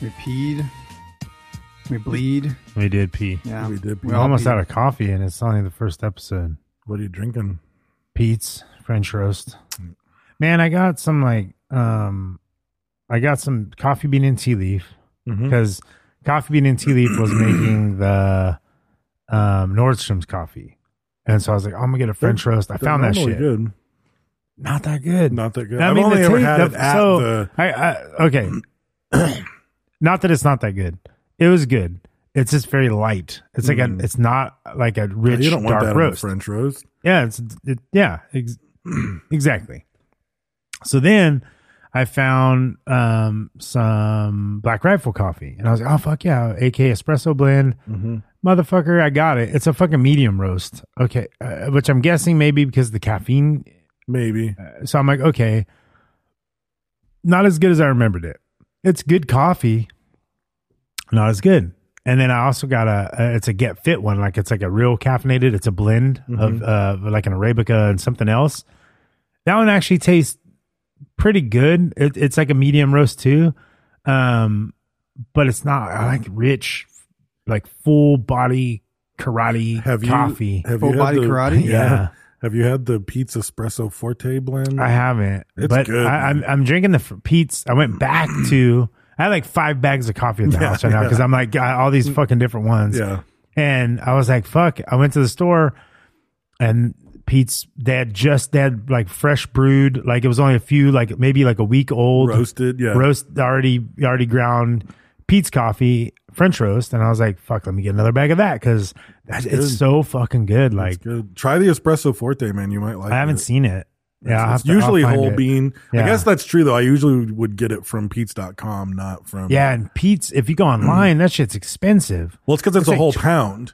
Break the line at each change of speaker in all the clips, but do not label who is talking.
We peed. We bleed.
We did pee.
Yeah.
We did pee.
We're
We all
almost
peed.
out of coffee, and it's only the first episode.
What are you drinking?
Pete's French roast. Man, I got some like um, I got some coffee bean and tea leaf
Mm-hmm.
because coffee bean and tea leaf was making the um Nordstrom's coffee, and so I was like, "Oh, I'm gonna get a French roast. I
They're
found that
normally
shit.
Good.
Not that good.
Not that good. I've only
the
ever
taste-
had
the-
it at
so,
the-
I, I, okay. not that it's not that good. It was good. It's just very light. It's like a, it's not like a rich
Mm. you don't want
dark
that on a
roast.
French roast.
Yeah, it's it, yeah, ex- exactly. So then I found um some Black Rifle coffee, and I was like, oh fuck yeah, AK espresso blend,
Mm-hmm.
motherfucker, I got it. It's a fucking medium roast, okay, uh, which I'm guessing maybe because of the caffeine.
Maybe.
So I'm like, okay, not as good as I remembered it. It's good coffee, not as good. And then I also got a, a it's a get fit one, like it's like a real caffeinated. It's a blend
Mm-hmm.
of uh, like an arabica and something else. That one actually tastes pretty good. It, it's like a medium roast too, um, but it's not I like rich, like full body karate
Have you
coffee.
Have
Full
you had
body
the-
karate?
Yeah.
Yeah.
Have you had the pizza espresso forte blend?
I haven't,
It's
but
good,
I, I'm
man. Mm.
I'm drinking the fr- Pete's. I went back to I had like five bags of coffee at the
Yeah,
house right now because
yeah.
I'm like got all these fucking different ones.
Yeah.
and I was like, fuck. I went to the store, and Pete's they had just they had like fresh brewed, like it was only a few, like maybe like a week old
Roasted. Yeah.
roast already already ground Pete's coffee French roast, and I was like, fuck, let me get another bag of that because
good.
it's so fucking good.
It's
Like
good. Try the espresso forte, man. You might like.
I haven't
it.
seen it. Yeah, I'll have
it's
to- I'll
usually
find
whole
it.
bean.
Yeah.
I guess that's true though. I usually would get it from Pete's.com, not from
Yeah, and Pete's if you go online, that shit's expensive.
Well, it's because it's,
It's
a
like
whole
tw-
pound.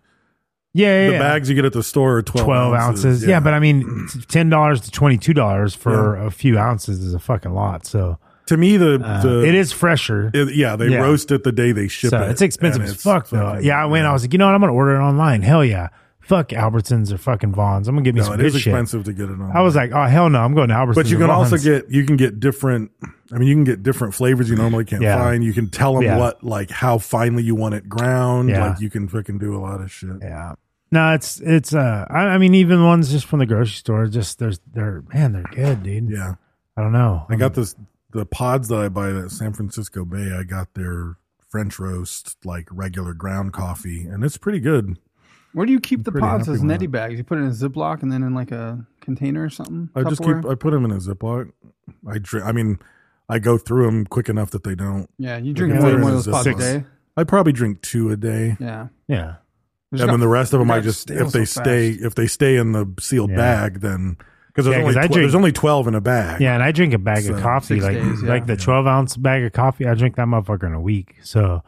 Yeah, yeah,
The
yeah.
bags you get at the store are twelve,
twelve ounces. Yeah. but I mean, it's ten dollars to twenty two dollars for a few ounces is a fucking lot. So
to me the,
uh,
the
it is fresher.
it- yeah they
Yeah.
roast it the day they ship
so
it.
it's expensive
and
as
it's
fuck though.
fucking-
Yeah, I went. I was like, you know what? I'm gonna order it online. Hell yeah. Fuck Albertsons or fucking Vons. I'm gonna give me
no,
some
it is
good shit.
expensive to get it on.
I was like, oh hell no, I'm going to Albertsons.
But you
and
can also
Vons.
get you can get different. I mean, you can get different flavors you normally can't
Yeah.
find. You can tell them
Yeah.
what like how finely you want it ground.
Yeah.
Like you can fucking do a lot of shit.
yeah. No, it's it's uh. I, I mean, even ones just from the grocery store. Just there's they're man, they're good, dude.
Yeah.
I don't know.
I got this the pods that I buy at San Francisco Bay. I got their French roast like regular ground coffee, and it's pretty good.
Where do you keep the
pretty
pods
happy
as
with
neti bags? You put it in a Ziploc and then in like a container or something?
I just keep
uh,
Tupperware?
I put them in a Ziploc. I drink. I mean, I go through them quick enough that they don't.
yeah, you drink
Yeah,
more
they're
than one
in
of
a
those pods a
Ziploc.
day.
I probably drink two a day.
Yeah.
yeah.
They're just
and then
not-
the rest of them,
they're
I
not
just
stale
if they
so
stay
fast.
if they stay in the sealed
Yeah.
bag, then because there's,
Yeah, 'cause
only
I
tw-
drink-
there's only twelve in a bag.
Yeah, and I drink a bag of
So,
coffee,
six
like
days, yeah.
like the twelve ounce bag of coffee. I drink that motherfucker in a week. So,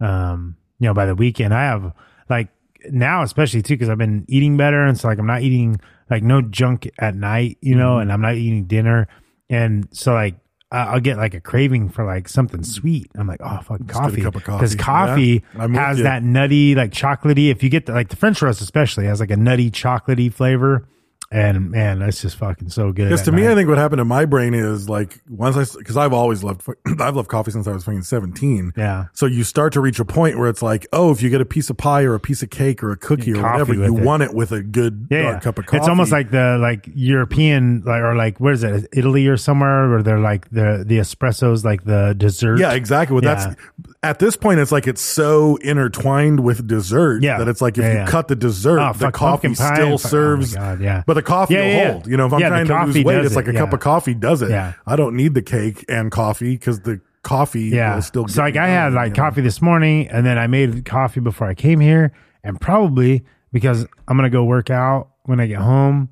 um, you know, by the weekend, I have like now, especially too, because I've been eating better, and so like I'm not eating like no junk at night, you know,
Mm-hmm.
and I'm not eating dinner, and so like I- I'll get like a craving for like something sweet. I'm like, oh fuck,
get a
coffee,
cup of coffee.
because coffee
Yeah, I'm with
has
you.
that nutty, like chocolatey. If you get the, like the French roast, especially has like a nutty, chocolatey flavor. And man, that's just fucking so good.
Because
at
to me,
night.
I think what happened in my brain is like once I, because I've always loved, I've loved coffee since I was fucking 17.
Yeah.
So you start to reach a point where it's like, oh, if you get a piece of pie or a piece of cake or a cookie or
coffee
whatever,
with
you
it.
want it with a good
yeah,
dark
yeah.
cup of coffee.
It's almost like the like European like or like where is it Italy or somewhere where they're like the the espressos like the dessert.
Yeah, exactly. Well, that's at this point, it's like it's so intertwined with dessert
Yeah.
that it's like if
Yeah,
you
yeah.
cut the dessert,
Oh,
the
fuck,
coffee
pumpkin pie
still
and fu- oh my
serves.
God, yeah.
but the coffee
Yeah,
will
yeah, yeah.
hold. You know, if I'm
Yeah, the
trying to lose
coffee
weight,
does
it's like
it,
a cup
yeah.
of coffee does it.
Yeah.
I don't need the cake and coffee because the coffee
yeah.
will still.
so
get
like
me
I
going,
had
you
like
know?
coffee this morning, and then I made coffee before I came here, and probably because I'm gonna go work out when I get home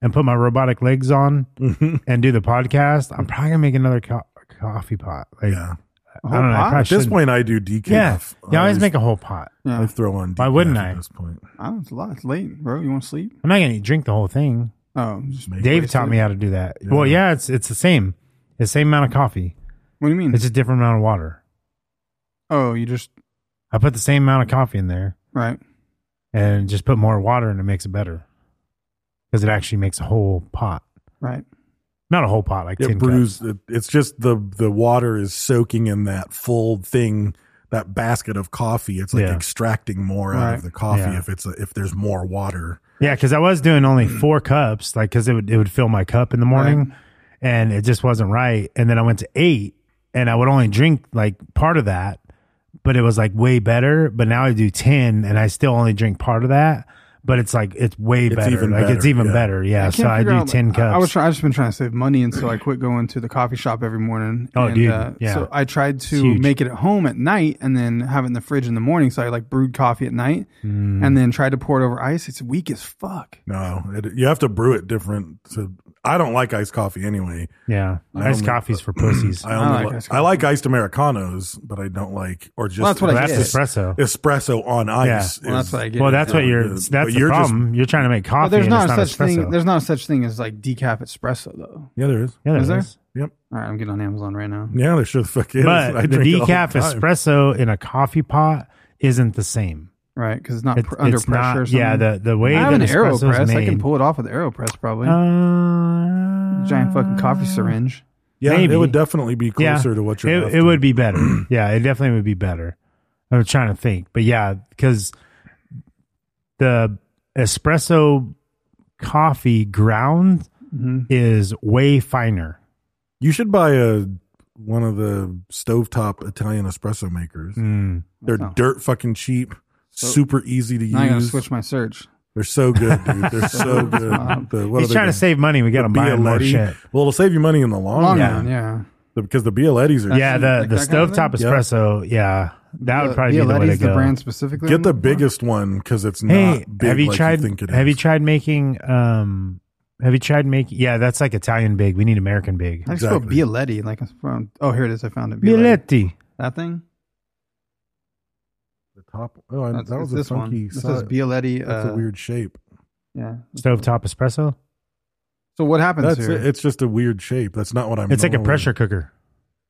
and put my robotic legs on
Mm-hmm.
and do the podcast. I'm probably gonna make another co- coffee pot. Like,
Yeah.
I don't know. I probably
At this
shouldn't.
point, I do decaf.
yeah,
I
yeah. I always make a whole pot.
I throw on.
Why
decaf
wouldn't
at
I?
this point.
I don't, Ah, it's a lot. It's late, bro. You want to sleep?
I'm not gonna drink the whole thing.
Oh, just, what
Dave taught me how to do that. Well, yeah, it's it's the same, the same amount of coffee.
do you mean?
It's a different amount of water.
oh, you just
I put the same amount of coffee in there
right.
and just put more water, and it makes it better because it actually makes a whole pot,
Right.
not a whole pot, like
It
tin
brews.
cups.
It, it's just the the water is soaking in that full thing, that basket of coffee. It's like
Yeah.
extracting more out
Right.
of the coffee
Yeah.
if it's a, if there's more water.
Yeah, because I was doing only
Mm.
four cups, like because it would it would fill my cup in the morning, and it just wasn't right. And then I went to eight, and I would only drink like part of that, but it was like way better. But now I do ten, and I still only drink part of that. But it's like it's way
It's
better.
even
like it's
better,
even
yeah.
better. Yeah.
I
so
can't
I
figure
do
out-
ten cups.
I, I was trying, I've just been trying to save money, and so I quit going to the coffee shop every morning.
Oh,
and,
dude,
Uh,
yeah.
So I tried
It's
to
huge.
make it at home at night, and then have it in the fridge in the morning. So I like brewed coffee at night,
Mm.
and then tried to pour it over ice. It's weak as fuck.
No, it, you have to brew it different. To I don't like iced coffee anyway.
yeah.
I
Iced
only-
coffee's for pussies.
I, only
like
li-
iced
I like iced americanos, but I don't like or just
Well, that's what I
Well, that's
get.
espresso.
espresso on ice.
Well, that's what I get.
well, that's what
Yeah,
you're.
but
That's the
you're just-
problem. you're trying to make coffee.
But there's
and
not,
it's not
such thing.
espresso.
There's not such thing as like decaf espresso though.
Yeah, there is.
yeah,
is there?
Yep.
All right, I'm getting on Amazon right now.
Yeah, there sure the fuck is.
But
I
the
drink it all
decaf
the time.
espresso in a coffee pot isn't the same.
Right, because it's not
It's-
pr- under
it's
pressure.
not-
or something.
yeah, the- the way
I have
that
an
espresso's
Aeropress. I can
made-
pull it off with Aeropress
Hmm?
probably.
Uh,
Giant fucking coffee syringe.
Yeah,
maybe.
it would definitely be closer to what you're.
It,
after.
it would be better. yeah, it definitely would be better. I'm trying to think, but yeah, because the espresso coffee ground
Mm-hmm.
is way finer.
You should buy a one of the stovetop Italian espresso makers.
Hmm.
They're dirt fucking cheap, super easy to
Now I'm gonna
use.
switch my search.
They're so good, dude. They're so good. The, what
He's
are they
trying to
called?
save money. We got to
The
buy him more
Bialetti.
shit.
Well, it'll save you money in the long,
Long
run.
run, yeah.
The- because the Bialettis are.
Yeah, the
Like
the
that kind of
stovetop
thing?
espresso. Yeah, that would probably be the way to
Violetti's
go.
the brand specifically. I'm
Get the
looking for?
biggest one because it's
Hey,
not big
have you
like
tried?
think it
have you
is.
tried making? Um, have you tried making? Yeah, that's like Italian big. We need American big.
I just spelled
Exactly.
Bialetti like it's from. Oh, here it is. I found it. Bialetti.
Bialetti.
That thing.
the top? Oh, I,
That's,
that was a
this
funky.
one. This
side.
is Bialetti. Uh,
That's a weird shape.
Yeah.
Stovetop espresso.
So what happens
That's
here?
it. It's just a weird shape. That's not what I'm.
It's like a
normally-
pressure cooker.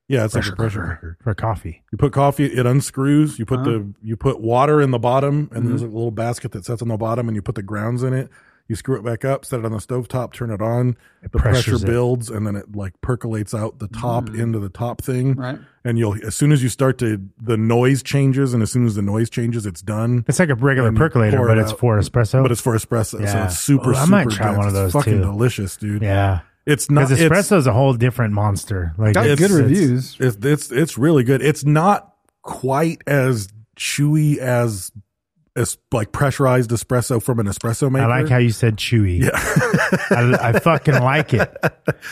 Yeah, it's like a pressure cooker.
for coffee.
You put coffee, it unscrews. You put
Uh-huh.
the you put water in the bottom, and there's
Mm-hmm.
a little basket that sits on the bottom, and you put the grounds in it. You screw it back up, set it on the stovetop, turn it on. the pressure
pressures it. Mm.
builds, and then it like percolates out the top into the top thing.
Right.
And you'll as soon as you start to the noise changes, and as soon as the noise changes, it's done.
It's like a regular
And you
percolator,
pour
but
it
it's
out.
for espresso.
But it's for espresso, so
Yeah.
it's super.
Ooh, I might
super
try
dense.
one of
It's
those,
fucking
too.
delicious, dude.
yeah,
It's not
because
it's-
espresso is a whole different monster. Like
Got
it's-
good
it's-
reviews.
It's it's it's really good. It's not quite as chewy as as like pressurized espresso from an espresso maker.
I like how you said chewy. I, I fucking like it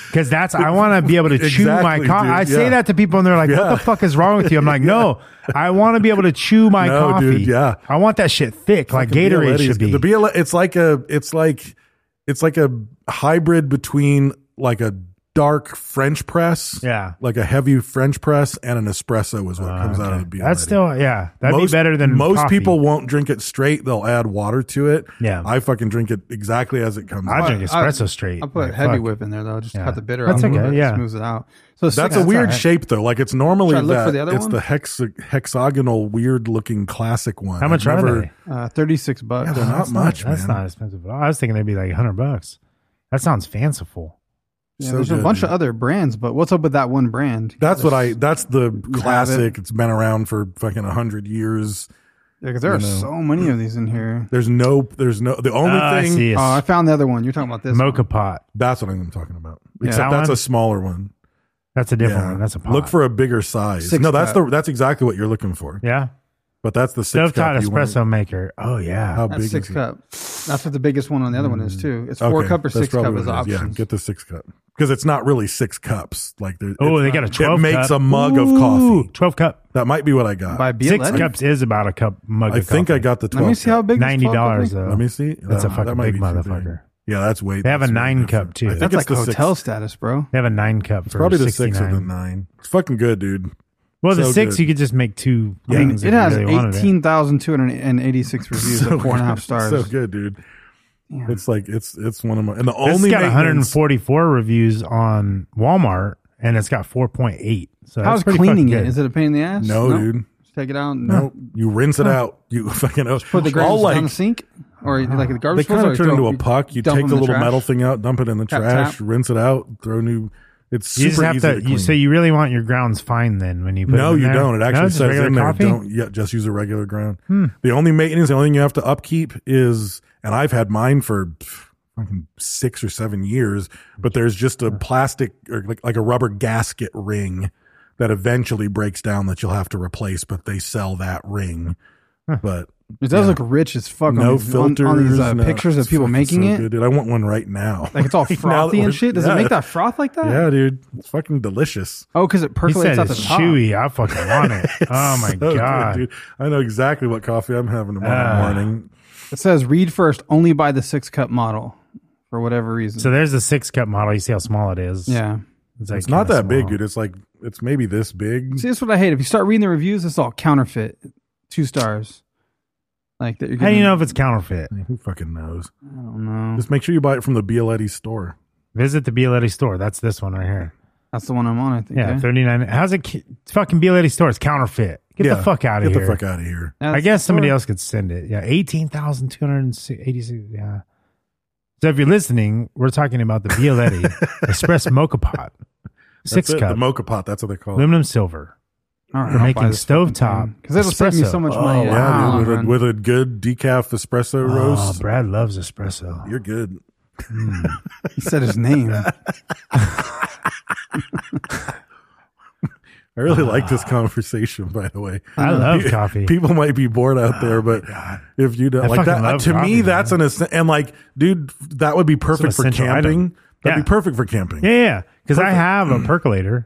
because that's I want to be able to chew my
Exactly,
coffee.
dude,
I say
yeah.
that to people and they're like, "What
Yeah.
the fuck is wrong with you?" I'm like, "No, I want to be able to chew my
No,
coffee.
dude, yeah.
I want that shit thick, like
Fucking
Gatorade
Bialetti is
should be."
good. The Bialetti, it's like a it's like it's like a hybrid between like a dark French press,
Yeah. Oh,
like a heavy French press, and an espresso is what comes out of the Bialetti.
that's still yeah. That'd
most,
be better than
most
coffee.
people won't drink it straight. They'll add water to it.
Yeah.
I fucking drink it exactly as it comes.
I
out.
drink espresso straight.
I put
Like,
heavy
fuck.
whip in there though. Just
Yeah.
cut the bitter
That's
out.
okay,
a little bit,
yeah.
smools it out. So it's
That's
six-
a weird
alright.
shape though. Like it's normally
Should I look
that
for the other
it's
one?
the hex hexagonal weird looking classic one.
How much
I've
are
never-
they?
Uh, Thirty-six bucks.
Yeah, they're not
That's not-
much,
That's
man.
not expensive at all. I was thinking they'd be like hundred bucks. That sounds fanciful.
Yeah,
So
there's a
good.
bunch of other brands, but what's up with that one brand?
That's what I. That's the
it.
classic. It. has been around for fucking hundred years.
Yeah, 'cause there
You
are
know.
so many of these in here.
There's no. There's no. The only
Ah, I
thing.
see it.
Oh, I found the other one. You're talking about this.
Mocha pot.
That's what I'm talking about.
Yeah.
Except
That
that's
one?
a smaller one.
That's a different
Yeah.
one. That's a pot.
Look for a bigger size.
Six
no, that's
cup.
the. That's exactly what you're looking for.
yeah.
But that's the six
Stovetop
cup you want.
espresso maker. Oh yeah.
How
That's
big
six
is it?
cup. That's what the biggest one on the other one is too. It's four
Okay,
cup or
that's
six
probably
cup
what
is
it Yeah,
options.
get the six cup because it's not really six cups. Like there-
oh,
it's
they
not-
got a twelve.
It makes
cup.
a mug of
Ooh,
coffee.
Twelve cup.
That might be what I got.
By Be
Six
Eleven?
cups is about a cup mug.
I
of
think I
coffee.
got the. 12
Let me see
cup.
how big. this
ninety dollars
fucking thing-
though.
Let me see. Uh,
That's a
That
fucking
might
big
be too big.
motherfucker.
Yeah, that's way.
They have a
that's way
nine
different.
cup, too.
I think
That's
it's
like
the six.
hotel status, bro.
They have a nine cup for
Probably the six or the
69.
nine. It's fucking good, dude.
Well, the
So
six
good.
you could just make two.
I mean,
things
it
if you
has
really wanted it.
eighteen thousand two hundred and eighty-six reviews at four and a half
good.
stars.
So good, dude. It's like it's it's one of my and the
It's
only
got
maintenance-
144 reviews on Walmart, and it's got 4.8. So that's
How's
pretty
cleaning
fucking
it?
good.
Is it a pain in the ass?
No, dude.
Just take it out. and-
No, you rinse it out. You fucking
Put the
all
garbage
like
down the sink or like the
they
garbage.
kind
disposal,
of
or
turn
throw-
into a puck. You
dump
take
them
the
in
little
trash?
metal thing out, dump it in the
Tap,
trash,
tap.
rinse it out, throw new. It's super
You just have
easy
to.
to
you,
clean.
so you really want your grounds fine then when you put
no,
it in
you
there?
don't. It actually
No, just
says
regular
in there,
coffee?
don't yeah, just use a regular ground.
Hmm.
The only maintenance, the only thing you have to upkeep is, and I've had mine for pff, fucking six or seven years, but there's just a plastic or like, like a rubber gasket ring that eventually breaks down that you'll have to replace, but they sell that ring. But
It does look rich as fuck.
no
on these, on-
filters,
on, these uh,
no-
pictures of
it's
people
fucking
making
so
it.
good, dude. I want one right now.
Like it's all
Now that
frothy
we're-
and shit. Does
yeah.
it make that froth like that?
Yeah, dude, it's fucking delicious.
Oh, because it
He
percolates
said
out the
it's
top.
chewy. I fucking want it. oh my
So good,
god!
dude. I know exactly what coffee I'm having tomorrow
Ah.
morning.
It says read first, only buy the six cup model for whatever reason.
So there's the six cup model. You see how small it is?
yeah.
like
It's not
kinda
that big,
small.
dude. It's like it's maybe this big.
See, that's what I hate. If you start reading the reviews, it's all counterfeit. Two stars. Like that you're
How do
getting.
you know if it's counterfeit?
Who fucking knows?
I don't know.
Just make sure you buy it from the Bialetti E store.
Visit the Bialetti store. That's this one right here.
That's the one I'm on. I think.
Yeah,
eh?
thirty nine. How's it? ca- It's fucking Bialetti store. It's counterfeit. Get the fuck out of
Get
here.
the fuck out of here.
That's
I guess
the
somebody
store.
else could send it. Yeah, eighteen thousand two hundred eighty-six. Yeah. So if you're listening, we're talking about the Bialetti Espresso Mocha Pot,
That's
six
it,
cup,
The mocha pot. That's what they call it.
aluminum silver.
All right,
We're making stovetop
because it'll save me
espresso.
so much
Oh,
money.
Yeah,
Wow.
dude, with, a, with a good decaf espresso
Oh,
roast,
Brad loves espresso.
you're good.
he said his name.
I really like this conversation, by the way.
Ah. I love
Pe-
coffee. Oh
People might be bored out there, but if you don't
I
like that,
fucking love
to
coffee,
me,
man.
that's an essen- and like, dude, that would be perfect for
essential
camping.
item.
That'd
Yeah.
be perfect for camping.
Yeah, yeah. Because I have a percolator,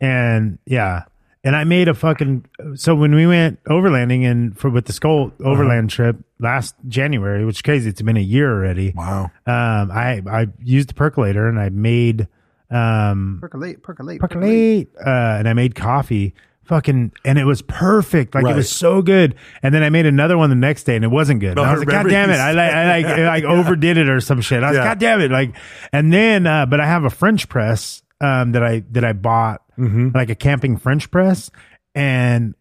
and yeah, and I made a fucking. So when we went overlanding and for with the Skull overland trip last January, which is crazy, it's been a year already.
Wow.
Um, I I used the percolator and I made um
Percolate, percolate,
percolate uh, and I made coffee. Fucking and it was perfect, like it
Right.
was so good. And then I made another one the next day, and it wasn't good. And
No,
I
I
was like, God
remember
damn
you
it! I like, I like, I like overdid it or some shit. I was
Yeah.
like, God damn it! Like, and then, uh, but I have a French press um, that I that I bought,
Mm-hmm.
like a camping French press, and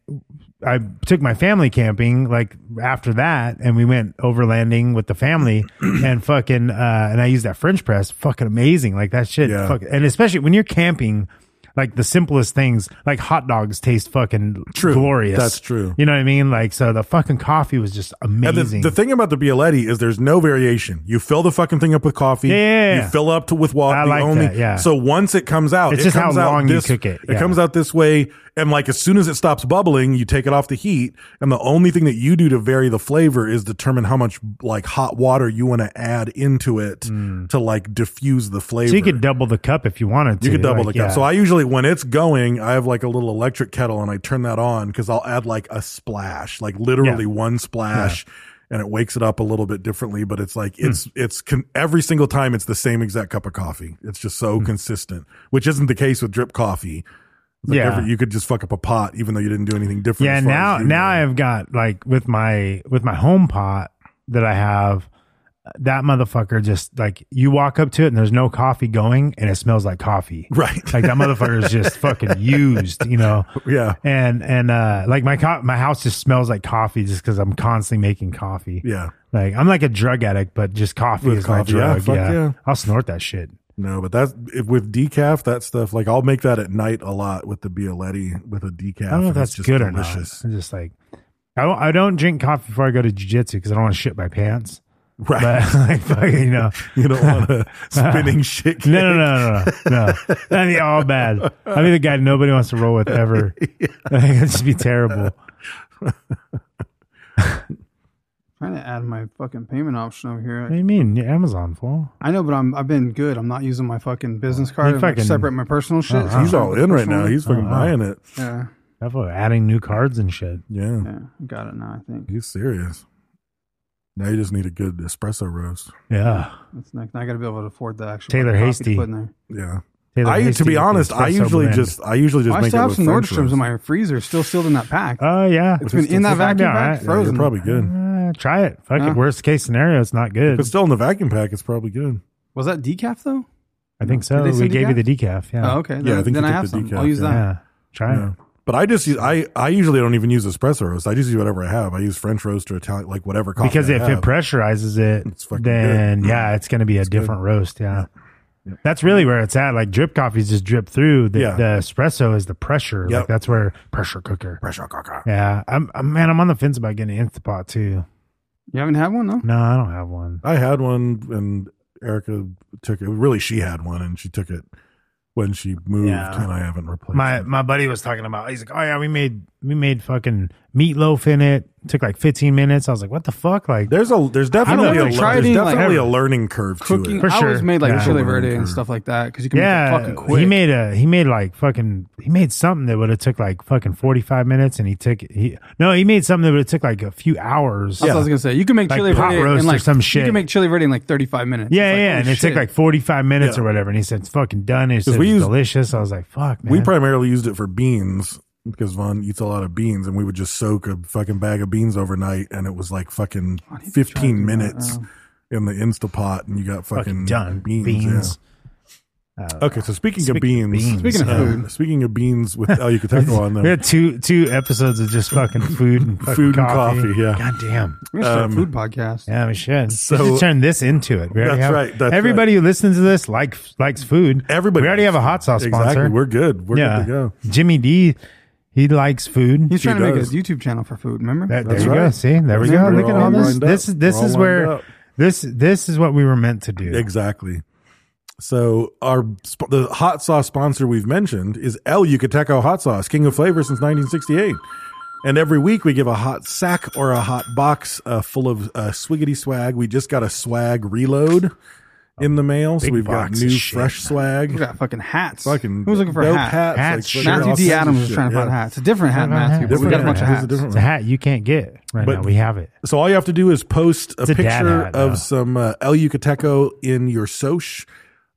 I took my family camping like after that, and we went overlanding with the family, and fucking, uh, and I used that French press, fucking amazing, like that shit,
Yeah.
fuck, and especially when you're camping, like the simplest things, like hot dogs taste fucking
True.
glorious.
That's true.
You know what I mean? Like, so the fucking coffee was just
And the,
amazing.
the thing about the Bialetti is there's no variation. You fill the fucking thing up with coffee.
Yeah, yeah, yeah.
You fill up to with water.
I like that, yeah.
So once it comes out,
It's
it
just how
comes out
long you
this,
cook it, yeah.
It comes out this way, and like as soon as it stops bubbling, you take it off the heat, and the only thing that you do to vary the flavor is determine how much like hot water you want to add into it to like diffuse the flavor.
Mm. so you could double the cup if you wanted to.
You could double
like,
the cup.
yeah.
So I usually, when it's going, I have like a little electric kettle and I turn that on because I'll add like a splash, like literally
Yeah. Hmm.
one splash. And it wakes it up a little bit differently, but it's like it's it's con- every single time it's the same exact cup of coffee. It's just
Hmm.
so consistent, which isn't the case with drip coffee. It's like
Yeah.
every- you could just fuck up a pot even though you didn't do anything different.
yeah
as far as
now
you
now
know.
i've got like with my with my home pot that i have that motherfucker just like you walk up to it and there's no coffee going and it smells like coffee.
Right.
Like that motherfucker is just fucking used, you know.
Yeah.
And and uh like my co- my house just smells like coffee just cuz I'm constantly making coffee.
Yeah.
Like I'm like a drug addict but just coffee
With
is my
coffee, yeah,
drug.
fuck
yeah.
yeah.
I'll snort that shit.
No, but that's if- with decaf, that stuff. Like I'll make that at night a lot with the Bialetti with a decaf.
I don't know if
and it's
that's
just
good
delicious.
or not. I'm just like, I don't, I don't drink coffee before I go to jujitsu because I don't want to shit my pants.
Right.
But, like, fucking, you know,
You don't want a spinning shit
No, no, no, no, no. no. That'd be all bad. I'd be the guy nobody wants to roll with ever. It'd just be terrible.
trying to add my fucking payment option over here.
What do you mean? Your Amazon fool?
I know, but I'm I've been good. I'm not using my fucking business card. and, like,
fucking-
separate my personal shit.
Oh,
So
He's
I'm
all in right
personal-
now. He's fucking
Uh-uh.
buying it.
yeah,
That fool adding new cards and shit.
Yeah.
yeah, got it now. I think
He's serious. Now you just need a good espresso roast.
Yeah.
that's next. I got to be able to afford the actual
Taylor
coffee to
Hasty.
put in there.
Yeah.
Taylor
I
Hasty
to be
with the
honest, I
espresso
usually
blend.
just I usually just
I
make
still
it
have
with
some
French
Nordstroms
roast.
in my freezer, still sealed in that pack.
Oh yeah.
it's been in that
it's not
vacuum
bad,
pack,
right?
Yeah, you're
frozen.
probably good.
Uh, try it. Fuck
Yeah.
it. Worst case scenario, it's not
If
good.
it's still in the vacuum pack, it's probably good.
Was that decaf though?
I think so.
Did they
We
send
gave you
decaf?
the decaf. Yeah.
Oh, okay. Then,
I think you
then I
took
have
the
some.
decaf,
I'll use
yeah.
that.
Yeah. Try
Yeah.
it.
But I just use, I I usually don't even use espresso roast. I just use whatever I have. I use French roast or Italian, like whatever coffee.
because
I
if it
have.
pressurizes
It's
it,
fucking
then
good. Mm-hmm.
yeah, it's going to be a
good.
different roast. Yeah. That's really where it's at. Like drip coffees just drip through. The,
Yeah.
the espresso is the pressure.
Yep.
Like that's where pressure cooker.
pressure cooker,
Yeah. I'm, I'm man, I'm on the fence about getting an Instapot too.
You haven't had one though.
No, I don't have one.
I had one, and Erica took it. Really, she had one, and she took it when she moved,
Yeah.
and I haven't replaced
My
it.
my buddy was talking about. He's like, oh yeah, we made we made fucking meatloaf in it. Took like 15 minutes. I was like, what the fuck? Like
There's a there's definitely a,
ever
lear-
tried
there's
any, like,
definitely a learning curve
Cooking.
to it.
For
I always
sure.
made like
Yeah.
chili verde
Sure.
and stuff like that because you can
yeah,
make it fucking quick.
he made a he made like fucking he made something that would have took like fucking forty five minutes, and he took he no he made something that would have took like a few hours.
That's what I was gonna say. You can make
Like
chili
pot
verde
roast
in
or
like
some shit.
You can make chili verde in like 35 minutes.
yeah,
It's like,
yeah,
holy
and it
shit.
took like forty five minutes
Yeah.
or whatever, and he said it's fucking done. And he
'Cause
said
we
it's
used-
delicious. I was like, fuck, man.
We primarily used it for beans because Vaughn eats a lot of beans, and we would just soak a fucking bag of beans overnight, and it was like fucking
I need to try to do
fifteen
that,
minutes
uh,
in the Instapot, and you got fucking,
fucking done
beans.
beans.
yeah. Okay, so speaking, of
Speaking of
beans,
beans,
Speaking of
uh,
food.
speaking of beans with oh, El Yucateco on
We
there,
had two two episodes of just fucking food and fucking
Food and
coffee.
coffee, yeah.
God damn.
We're gonna start
um,
a food podcast.
Yeah, we should.
So-
So we should turn this into it. We already
That's
have,
right, that's
everybody who listens to this likes likes food.
everybody
we already have a hot sauce
Exactly,
sponsor.
We're good. We're
yeah,
good to go.
Jimmy D, he likes food.
He's
He
trying to
does.
make a YouTube channel for food. Remember?
That- there
That's
you go.
right.
See, there we
That's
go.
right.
Look
We're
at
all
all this.
lined up.
This is this
We're all
is
lined
where
up.
this this is what we were meant to do.
Exactly. So our sp- the hot sauce sponsor we've mentioned is El Yucateco Hot Sauce, king of flavor since 1968. And every week we give a hot sack or a hot box uh, full of uh, swiggity swag. We just got a swag reload in the mail, so
Big
we've got
box of
new
shit.
fresh
We
swag.
got fucking hats.
Fucking
Who's looking for a
dope hats,
hat?
Hats,
like,
shirts.
fucking all
Matthew D.
sorts of
Adams was
shit,
trying to find
yeah.
a hat. It's a different hat,
Different hat.
Matthew. but we
Different
got a bunch
hat. It is a
of hats.
different
It's a hat you can't get right
But-
now. We have it.
So all you have to do is post a
It's a dad
picture
hat, though.
of some uh, El Yucateco in your soch.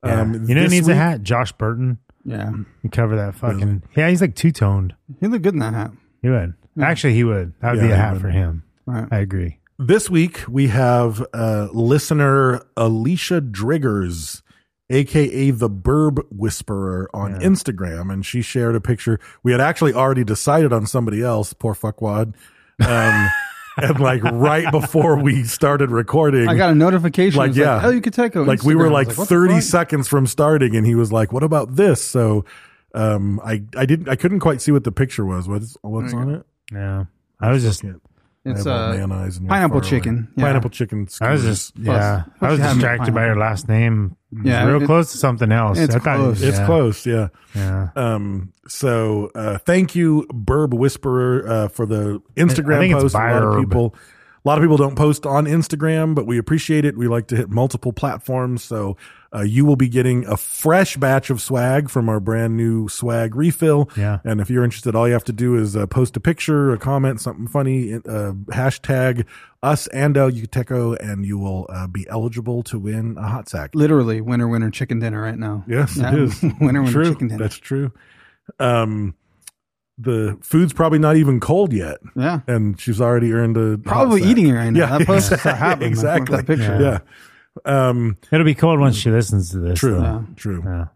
Um,
you know who
this
needs a
week-
hat? Josh Burton.
Yeah,
You cover that fucking. Yeah, he's like two toned.
he looked good in that hat.
He would actually. He would. That would
Yeah,
be a
he
hat
would.
for him.
Right.
I agree.
This week we have uh, listener Alicia Driggers, aka the Burb Whisperer, on Instagram, and she shared a picture. We had actually already decided on somebody else. Poor fuckwad. Um, and like right before we started recording,
I got a notification.
like yeah,
oh, you could take a
like we were
Instagram." I
like,
was "What the
thirty
fuck?"
seconds from starting, and he was like, "What about this?" So. Um, I, I didn't, I couldn't quite see what the picture was. What's, what's on it?
Yeah, I was just.
It's
Oh, I have all
uh,
mayonnaise and you're
pineapple
far away.
chicken. Yeah.
Pineapple chicken.
I
skewers.
was just. Yeah,
what
I was
you had me
distracted by
playing.
your last name.
Yeah,
real
it-
close to something else.
it's close.
It's
yeah,
close, yeah.
Yeah.
Um, so uh, thank you, Burb Whisperer, uh, for the
I
Instagram
think it's
post. A lot of
Birb.
people, a lot of people don't post on Instagram, but we appreciate it. We like to hit multiple platforms, so uh, you will be getting a fresh batch of swag from our brand new swag refill.
Yeah.
and if you're interested, all you have to do is uh, post a picture, a comment, something funny, uh, hashtag us and El Yucateco, E and you will uh, be eligible to win a hot sack.
literally winner winner chicken dinner right now.
Yes,
Yeah.
it is.
winner winner
true.
chicken dinner.
That's true. Um, the food's probably not even cold yet.
Yeah.
And she's already earned a hot
Probably
snack.
eating it right now.
Yeah,
That post
exactly.
happened. I want
Exactly.
that picture.
Yeah. Um,
It'll be cold once she listens to this.
True.
though.
True.
Yeah.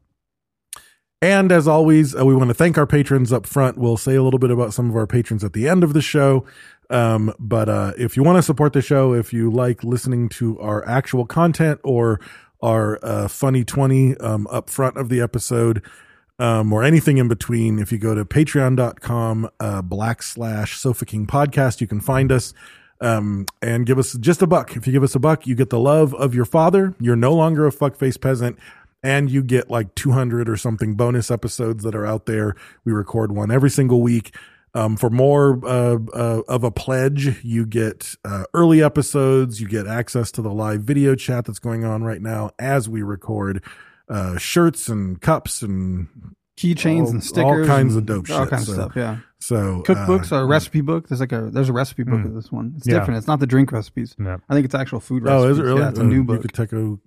And as always, uh, we want to thank our patrons up front. We'll say a little bit about some of our patrons at the end of the show. Um, but uh, if you want to support the show, if you like listening to our actual content or our uh, funny 20 um, up front of the episode um, or anything in between, if you go to patreon.com uh, black slash sofa king podcast, you can find us um, and give us just a buck. If you give us a buck, you get the love of your father. You're no longer a fuckface peasant and you get like 200 or something bonus episodes that are out there. We record one every single week. Um, for more uh, uh, of a pledge, you get uh, early episodes, you get access to the live video chat that's going on right now as we record uh, shirts and cups and
Keychains
all-
and stickers.
all kinds of
and
dope shit.
All kinds
so,
of stuff. Yeah.
So
Cookbooks
uh, Hmm.
or a recipe book. There's like a there's a recipe book of this one. It's
Yeah.
different. It's not the drink recipes.
Yeah.
I think it's actual food recipes.
oh, is it really?
Yeah, it's a
Uh,
new
You
book.
could take a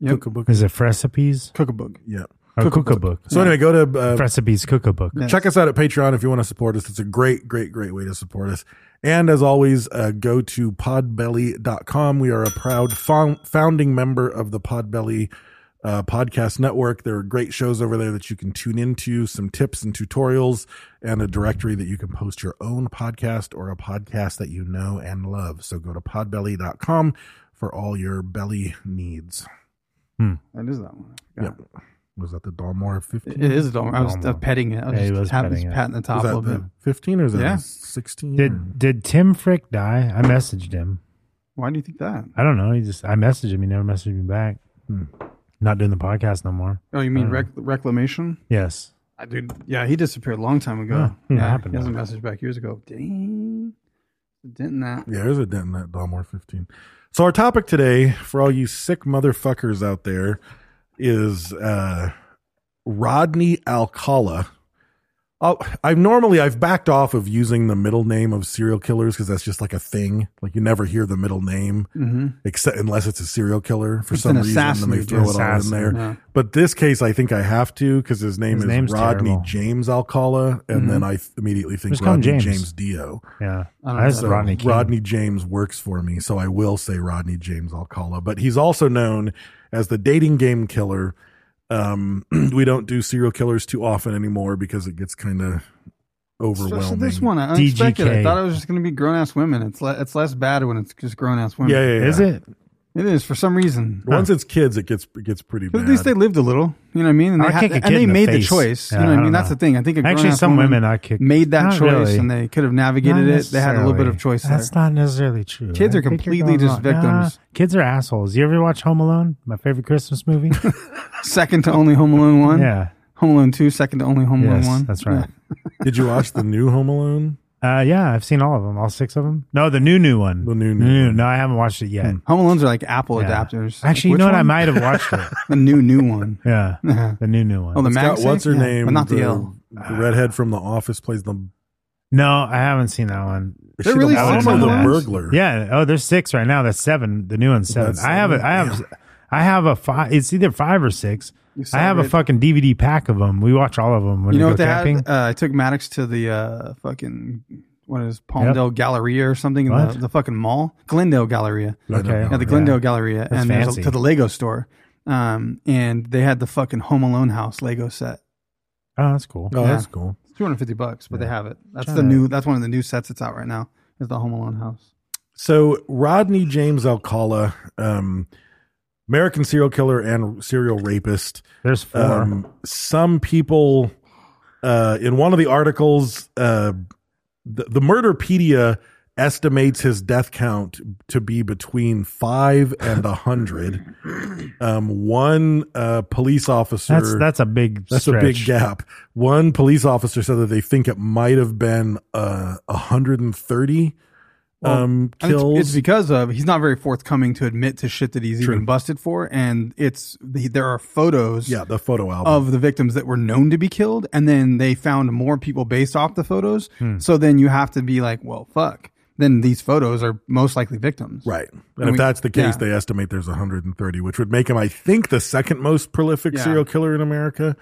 Yep.
cookbook.
Is it recipes?
Cookbook.
Yeah.
Or cookbook.
So anyway, go to uh,
recipes cookbook.
Yeah.
Check us out at Patreon if you want to support us. It's a great, great, great way to support us. And as always, uh, go to podbelly.com. We are a proud fou- founding member of the Podbelly uh, podcast network. There are great shows over there that you can tune into, some tips and tutorials, and a directory that you can post your own podcast or a podcast that you know and love. So go to podbelly.com for all your belly needs.
That is that one.
Yep. Was that the Dalmore 15?
It is a dog. I was uh,
Normal.
petting it. I was
Yeah, he
just
was
having
petting it.
patting the top
Was
a
that
little bit.
the 15 or is that
Yeah.
the 16?
Did did Tim Frick die? I messaged him.
Why do you think that?
I don't know. He just I messaged him. He never messaged me back.
Hmm.
Not doing the podcast no more.
Oh, you mean
Uh.
don't know.
rec- reclamation?
Yes.
I dude, yeah, he disappeared a long time
Huh.
ago.
Hmm,
yeah,
happened
He
to
hasn't
him.
messaged back years ago. Dang, didn't that?
Yeah, there's a dent in that Dalmore 15. So our topic today, for all you sick motherfuckers out there, is uh, Rodney Alcala. I'll, I've normally I've backed off of using the middle name of serial killers because that's just like a thing. Like you never hear the middle name except unless it's a serial killer for
It's
some
an
reason.
assassin,
Then they
dude.
throw it all in
Mm-hmm. Assassin,
there.
yeah.
But this case, I think I have to because his name
His
is
name's
Rodney
terrible. Mm-hmm.
James Alcala, and then I th- immediately think
Just call him
Rodney James.
James.
Dio.
Yeah.
I
I,
don't know.
just
So
Rodney. King.
Rodney James works for me, so I will say Rodney James Alcala. But he's also known as the dating game killer. Um, we don't do serial killers too often anymore because it gets kind of
Especially
overwhelming.
this one, I unexpected. I
DGK.
thought it was just going to be grown ass women. It's le- it's less bad when it's just grown ass women.
yeah, yeah, yeah.
Is it?
it is for some reason.
Once it's kids, it gets it gets pretty
But
bad.
at least they lived a little. You know what I mean? And
I
they,
kick a
and
kid
they
in the
made the
face.
choice.
Yeah,
you know what
I
I mean?
don't
That's
know.
the thing. I think a
Actually,
grown-ass
some
woman
women I kick-
made that
not
choice
really.
and they could have navigated
Not
it. They had a little bit of
necessarily.
choice
That's
there.
not necessarily true.
Kids
I
are
think you're
completely
going
just
wrong. Nah,
victims.
kids are assholes. You ever watch Home Alone? My favorite Christmas movie.
Second to only Home Alone one.
yeah.
Home Alone two. Second to only Home
Yes,
Alone one.
that's right.
Did you watch the new Home Alone?
Uh, yeah, I've seen all of them, all six of them. No, the new new one.
The new, new one.
No, I haven't watched it yet.
Home Alones are like Apple
Yeah.
adapters.
Actually, you
Which
know what? I
one?
might have watched it.
the new new one.
Yeah, the new new one.
Oh, the
It's got
Max.
what's her name?
but not the,
the,
L.
the redhead from The Office plays the.
no, I haven't seen that one.
Is
They're
she
really
the one
awesome
from the
ones.
burglar?
Yeah. Oh, there's six right now. That's seven. The new one's seven.
That's
I have a,
seven.
I have I have a five. It's either five or six. I have a
celebrate-
fucking DVD pack of them. We watch all of them when
You know
we
what
go
they
camping.
had? Uh, I took Maddox to the uh, fucking what is Palmdale Galleria or something in the,
What?
the fucking mall, Glendale Galleria.
okay.
Oh, Yeah, Uh, the Glendale Galleria,
That's
and there's a,
fancy.
to the Lego store. Um, and they had the fucking Home Alone house Lego set.
Oh, that's cool.
Oh,
Yeah.
that's cool.
It's 250 bucks, but they have it. That's
Try
the
that.
new. That's one of the new sets that's out right now. Is the Home Alone house?
So Rodney James Alcala, um, American serial killer and serial rapist.
There's four.
Um, some people uh, in one of the articles, uh, the, the Murderpedia estimates his death count to be between five and a hundred. um, one uh, police officer.
that's that's a big.
That's
stretch.
a big gap. One police officer said that they think it might have been uh, 130 um,
And it's-
kills.
It's, because of he's not very forthcoming to admit to shit that he's
True.
even busted for, and it's the, there are photos.
yeah, the photo album.
of the victims that were known to be killed, and then they found more people based off the photos. So then you have to be like, well, fuck. Then these photos are most likely victims.
right. And,
And
if
we-
that's the
yeah.
case, they estimate there's 130, which would make him, I think, the second most prolific
Yeah.
serial killer in America.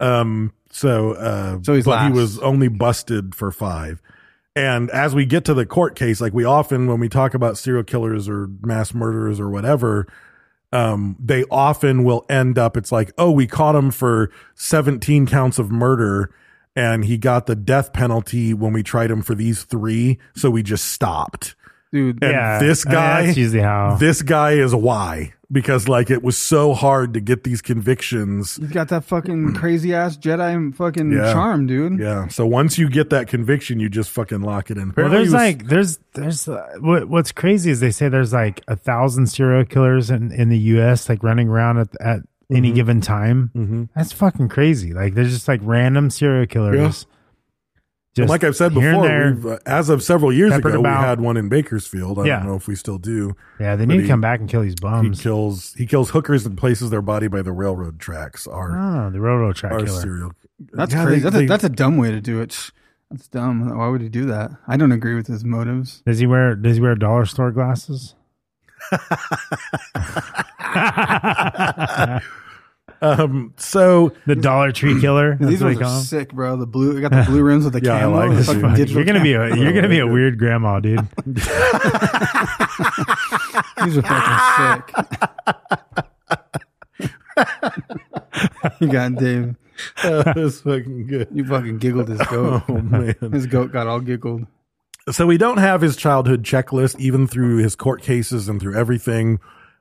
Um, so, uh,
So he's
but
last.
he was only busted for five. And as we get to the court case, like we often, when we talk about serial killers or mass murderers or whatever, um, they often will end up, it's like, oh, we caught him for 17 counts of murder and he got the death penalty when we tried him for these three. So we just stopped.
Dude,
And
Yeah.
this
I mean,
guy,
that's usually how-
this guy is why, because like it was so hard to get these convictions.
he's got that fucking crazy ass Jedi fucking
Yeah.
charm, dude.
Yeah. So once you get that conviction, you just fucking lock it in.
Well,
Apparently
there's
he was-
like there's there's uh, what what's crazy is they say there's like a thousand serial killers in in the U.S. like running around at at any given time. That's fucking crazy. Like there's just like random serial killers.
And like I've said
here and
before,
there.
we've, uh, as of several years
peppered
ago,
about.
we had one in Bakersfield. I
Yeah. Um,
don't know if we still do.
yeah, they
but
need to
he-
come back and kill these
He
bums.
kills he kills hookers and places their body by the railroad tracks. Are
Oh, the railroad track
are
killer.
serial?
That's
Yeah, they-
crazy. that's,
they-
a, that's a dumb way to do it. That's dumb. Why would he do that? I don't agree with his motives.
Does he wear Does he wear dollar store glasses?
um. So
The Dollar Tree Killer. That's
These
what they
ones
call
are
him.
sick, bro. The blue, I got the blue rims with the
Yeah, I
camo.
like
the
this
fucking
one.
digital
You're gonna be a You're gonna be a weird grandma, dude.
cam- These are fucking sick. you got Dave.
that's uh, fucking good.
You fucking giggled his goat.
Oh man.
His goat got all giggled.
so we don't have his childhood checklist, even through his court cases and through everything.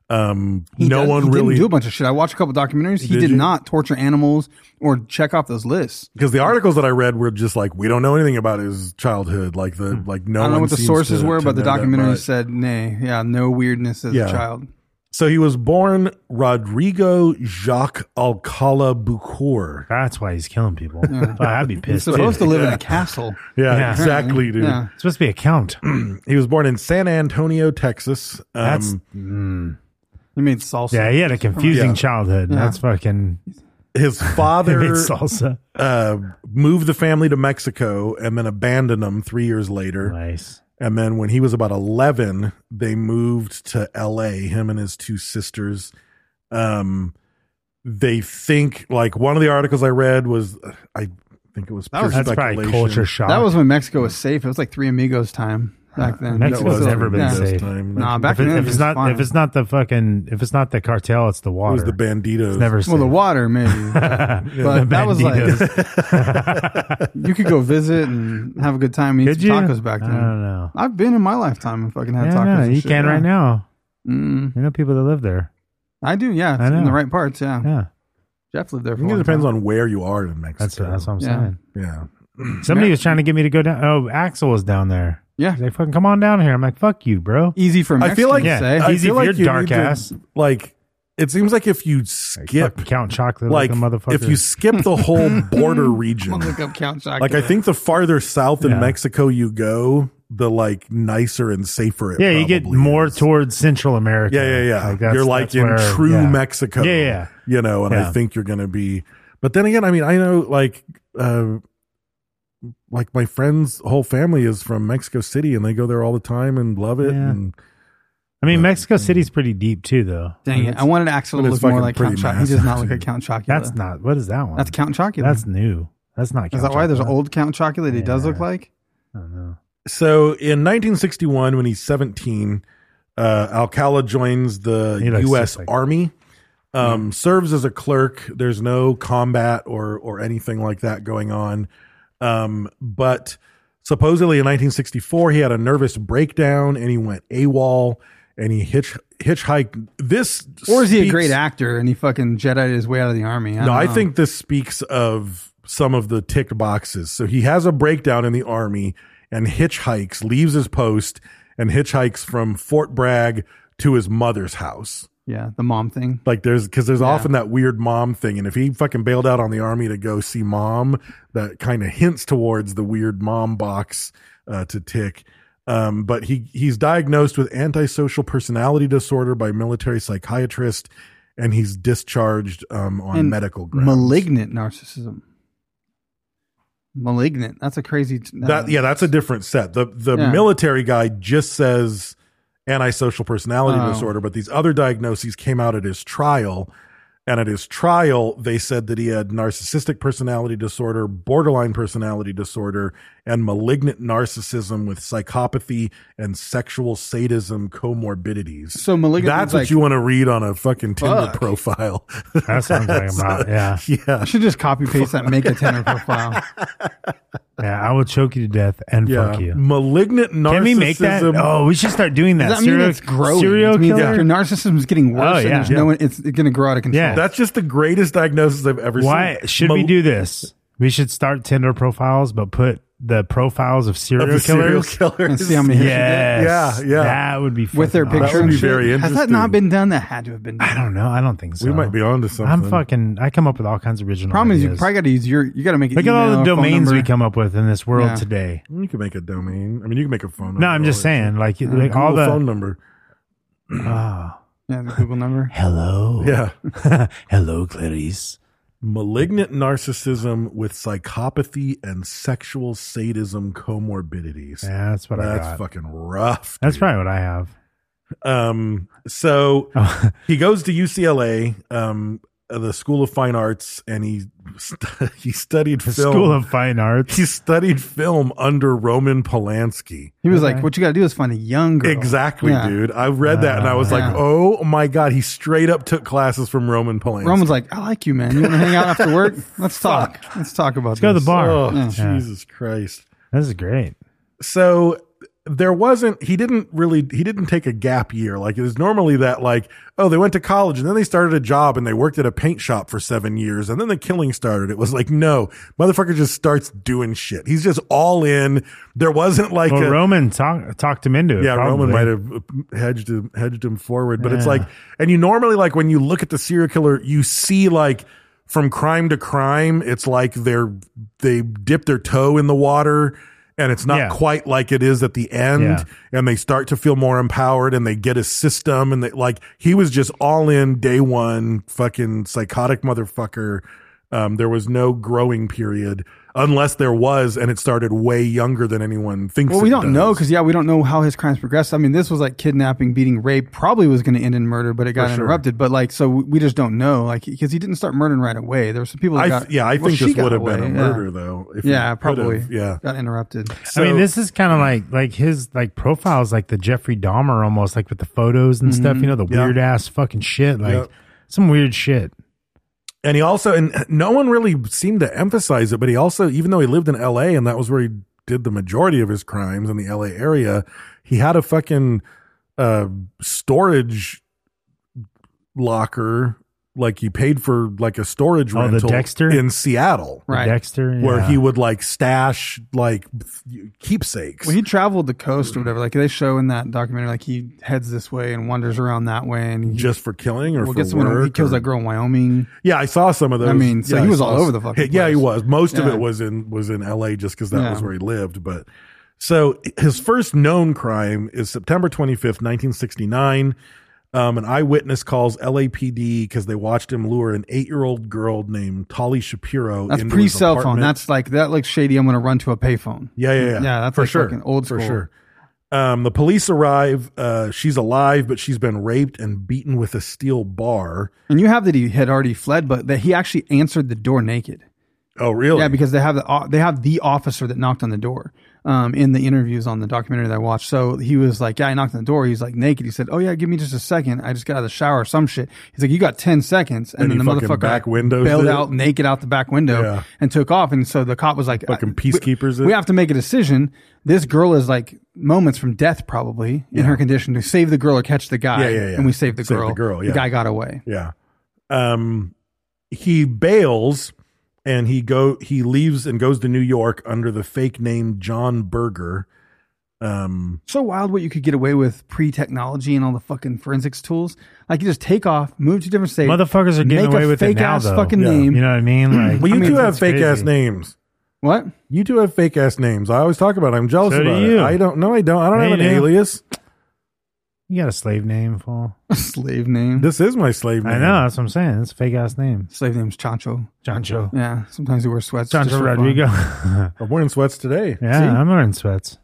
Um,
He
no
does-
one
he didn't
really
do a bunch of shit. I watched a couple documentaries. He
Did
did,
you?
not torture animals or check off those lists.
because the articles that I read were just like we don't know anything about his childhood. Like the like no.
Hmm. I don't know
one
what the
seems
sources
to-
were,
to
but the
know that
documentary
much.
said, "Nay, yeah, no weirdness as
Yeah.
a child."
So he was born Rodrigo Jacques Alcala Bucor.
That's why he's killing people. Fuck, I'd be
He's
pissed.
supposed to
too.
live in a castle.
Yeah,
Yeah.
exactly, dude.
Yeah.
supposed to be a count.
He was born in San Antonio, Texas. Um,
That's
He made salsa.
yeah. He had a confusing
Yeah.
childhood. That's fucking.
his
They made
father
salsa.
uh, moved the family to Mexico and then abandoned them three years later.
Nice.
And then when he was about 11, they moved to LA, him and his two sisters. Um, they think, like, one of the articles I read was, I think it was pure
That's probably
speculation.
culture shock.
That was when Mexico was safe. It was like Three Amigos time back then.
Mexico's
It was-
never been
yeah.
safe.
Nah, back
If, it-
then
if
it
it's
was
not,
fine.
if it's not the fucking, if it's not the cartel, it's the
It
water.
was the banditos.
It's never.
Well, the
safe.
water maybe, but that was like you could go visit and have a good time and eat
Could
some
you?
tacos back
I
then.
don't know.
I've been in my lifetime and fucking had
Yeah,
tacos.
no,
and
you
shit,
can
yeah.
right now.
Mm,
You know people that live there.
I do, yeah.
I
in
know.
the right parts, yeah.
Yeah,
Jeff lived there.
I
For
think it
a
depends
long
on where you are in Mexico.
that's that's what I'm
Yeah.
saying.
yeah.
Somebody was trying to get me to go down. Oh, Axel was down there.
Yeah.
He's like, fucking come on down here. I'm like, fuck you, bro.
time. easy for me.
I feel like
Yeah.
say.
I
Easy
feel
for
like
your
you
dark
need to-
ass.
like it seems like if you
Like,
skip
fucking count chocolate
like
like, a motherfucker.
if you skip the whole border region,
I'm gonna look up Count Chocula.
like I think the farther south in
Yeah.
Mexico you go, the like nicer and safer it.
yeah, you get
probably
more
is.
towards Central America.
yeah, yeah, yeah.
that's-
you're like
that's
in
where-
true
yeah.
Mexico.
Yeah, yeah.
You know, and
Yeah.
I think you're gonna be. But then again, I mean, I know like. uh like my friend's whole family is from Mexico City and they go there all the time and love it.
Yeah.
And
I mean, Mexico City's pretty deep too, though.
Dang it! I wanted Axel
but
to
it's
look more
fucking
like Count
pretty
Chocula. He does not
massive,
look like
dude.
Count Chocula.
That's not. What is that one?
That's Count Chocula.
That's new. That's not.
Is
Count
that why there's an
Chocula.
old Count Chocula that he does
Yeah.
look like?
I don't know.
So in 1961, when he's 17, uh, Alcala joins the
He looks
U.S.
just like-
Army. Um, Serves as a clerk. There's no combat or or anything like that going on. Um, but supposedly in 1964, he had a nervous breakdown and he went AWOL and he hitch hitchhiked. This
Or is he a
speaks-
great actor and he fucking Jedi his way out of the army? I
no,
don't
I
know.
think this speaks of some of the ticked boxes. So he has a breakdown in the army and hitchhikes, leaves his post and hitchhikes from Fort Bragg to his mother's house.
yeah, the mom thing.
Like there's because there's often that weird mom thing, and if he fucking bailed out on the army to go see mom, that kind of hints towards the weird mom box uh, to tick. Um, but he he's diagnosed with antisocial personality disorder by military psychiatrist, and he's discharged um, on
And
medical grounds.
Malignant narcissism. Malignant. That's a crazy. t-
That
uh,
yeah, that's a different set. The the
Yeah.
military guy just says antisocial personality
Oh.
disorder, but these other diagnoses came out at his trial And at his trial, they said that he had narcissistic personality disorder, borderline personality disorder, and malignant narcissism with psychopathy and sexual sadism comorbidities.
So malignant
That's
is
what
like-
you want to read on a fucking Tinder
Fuck.
profile.
That sounds like
That's,
I'm out.
uh,
Yeah.
Yeah.
I should just copy paste that and make a Tinder profile.
Yeah. I will choke you to death and fuck you.
Malignant narcissism.
Can we make that? Oh, we should start doing that.
Does that mean it's growing?
Serial
It means
killer.
Your narcissism is getting worse.
Oh,
and
yeah.
there's no one, it's going to grow out of control.
Yeah.
That's just the greatest diagnosis I've ever
Why
seen.
should
Mal-
we do this? We should start Tinder profiles, but put the profiles of serial
Of the serial
killers.
killers.
Let's see how many hits you get.
Yes.
Yeah, yeah.
That would be
with their
fucking
picture.
would
and
be
shit.
very
Has that
interesting.
not been done? That had to have been done.
awesome. I don't know. I don't think so.
We might be onto something.
I'm fucking. I come up with all kinds of original.
Problem is, you
ideas.
probably got to use your. You got to make it.
look at all the
email, phone
domains we
number.
come up with in this world
Yeah.
today.
You can make a domain. I mean, you can make a phone. Uh,
No, I'm just saying, like, like all
Google
the Ah,
phone number.
Yeah, the Google number.
hello,
Yeah,
hello, Clarice.
malignant narcissism with psychopathy and sexual sadism comorbidities.
Yeah, that's what I
That's
got.
fucking rough.
that's
dude.
probably what I have.
Um, so
Oh.
he goes to UCLA, um, the School of Fine Arts, and he st- he studied
The
film.
School of Fine Arts.
he studied film under Roman Polanski.
He was
Okay.
like, "What you got to do is find a young girl."
Exactly,
Yeah.
dude. I read that and I was like,
Yeah.
oh my God, he straight up took classes from Roman Polanski.
Roman's like, "I like you, man. You want to hang out after work? Let's talk. Let's talk about. Let's
go to the bar.
oh,
Yeah.
Jesus Christ.
This is great.
So there wasn't, he didn't really, he didn't take a gap year. Like it was normally that, like, oh, they went to college and then they started a job and they worked at a paint shop for seven years and then the killing started. It was like, no, motherfucker just starts doing shit. He's just all in. There wasn't like
Well,
a,
Roman talk, talked him into it.
Yeah,
probably.
Roman might have uh, hedged him, hedged him forward, but it's
Yeah.
like, and you normally like when you look at the serial killer, you see like from crime to crime, it's like they're they dip their toe in the water, and it's not
Yeah.
quite like it is at the end,
Yeah.
and they start to feel more empowered, and they get a system, and they like he was just all in day one, fucking psychotic motherfucker. Um, there was no growing period, unless there was, and it started way younger than anyone thinks.
Well, we
it
don't
does.
know because yeah, we don't know how his crimes progressed. I mean, this was like kidnapping, beating, rape. Probably was going to end in murder, but it got
sure.
interrupted. But like, so we just don't know, like, because he didn't start murdering right away. There were some people. That
I
got,
th- yeah, I
well,
think
she
this
got
would have been
away,
a
yeah.
murder though. if
Yeah,
it could have,
probably.
Yeah.
got interrupted.
I mean, this is kind of like like his like profiles like the Jeffrey Dahmer almost like with the photos and stuff. You know the
Mm-hmm. Yeah.
weird ass fucking shit like
Yep.
some weird shit.
And he also, and no one really seemed to emphasize it, but he also, even though he lived in L.A. and that was where he did the majority of his crimes in the L.A. area, he had a fucking uh, storage locker. Like he paid for like a storage
Oh, the
rental
Dexter?
in Seattle,
Right.
Dexter,
Where
yeah.
he would like stash like keepsakes.
Well, he traveled the coast or whatever. Like they show in that documentary, like he heads this way and wanders around that way, and he
just for killing or
well,
for
gets someone. He
work
kills
or-
that girl in Wyoming.
Yeah, I saw some of those.
I mean, so
Yeah,
he was
saw
all over the
some-
fucking
Yeah, he
place.
was. Most of
Yeah.
it was in was in L.A. just because that
Yeah.
was where he lived. But so his first known crime is September twenty fifth, nineteen sixty nine. Um, an eyewitness calls LAPD because they watched him lure an eight year old girl named Tolly Shapiro.
That's
into his
pre-cell phone.
apartment.
That's like that looks shady. I'm going to run to a payphone.
Yeah, yeah, yeah.
Yeah, that's
for
like
sure.
fucking old
For
school.
sure. Um, the police arrive. Uh, she's alive, but she's been raped and beaten with a steel bar.
And you have that he had already fled, but that he actually answered the door naked.
Oh, really?
Yeah, because they have the they have the officer that knocked on the door. Um, in the interviews on the documentary that I watched, so he was like, "Yeah, I knocked on the door." He's like naked. He said, "Oh yeah, give me just a second. I just got out of the shower or some shit." He's like, "You got ten seconds," and,
And
then the
he fucking
motherfucker
back windows
bailed
it.
out naked out the back window
Yeah.
and took off. And so the cop was like,
Fucking
I-
peacekeepers
We,
it.
we have to make a decision. This girl is like moments from death, probably in her condition. To save the girl or catch the guy,
Yeah, yeah, yeah.
and we saved the
Save the
girl.
girl, yeah.
The guy got away.
Yeah. Um, he bails and he go he leaves and goes to New York under the fake name John Berger. Um,
so wild what you could get away with pre technology and all the fucking forensics tools. Like you just take off, move to a different state.
Motherfuckers are getting
make
away
a
with it
fake
now,
ass
though.
fucking
Yeah.
name.
You know what I mean? Like,
well, you
I mean,
two have
that's
fake ass
crazy.
names.
What?
You two have fake ass names. I always talk about. It. I'm jealous
So do
about it.
you.
I don't. No, I don't. I don't
Yeah,
have an
you do.
alias.
You got a slave name, fool.
Slave name.
This is my slave name.
I know. That's what I'm saying. It's a fake ass name.
Slave name's Chancho.
Chancho.
Yeah. Sometimes he wears sweats. just
Chancho
for fun.
Rodrigo.
I'm wearing sweats today.
yeah, I'm wearing sweats.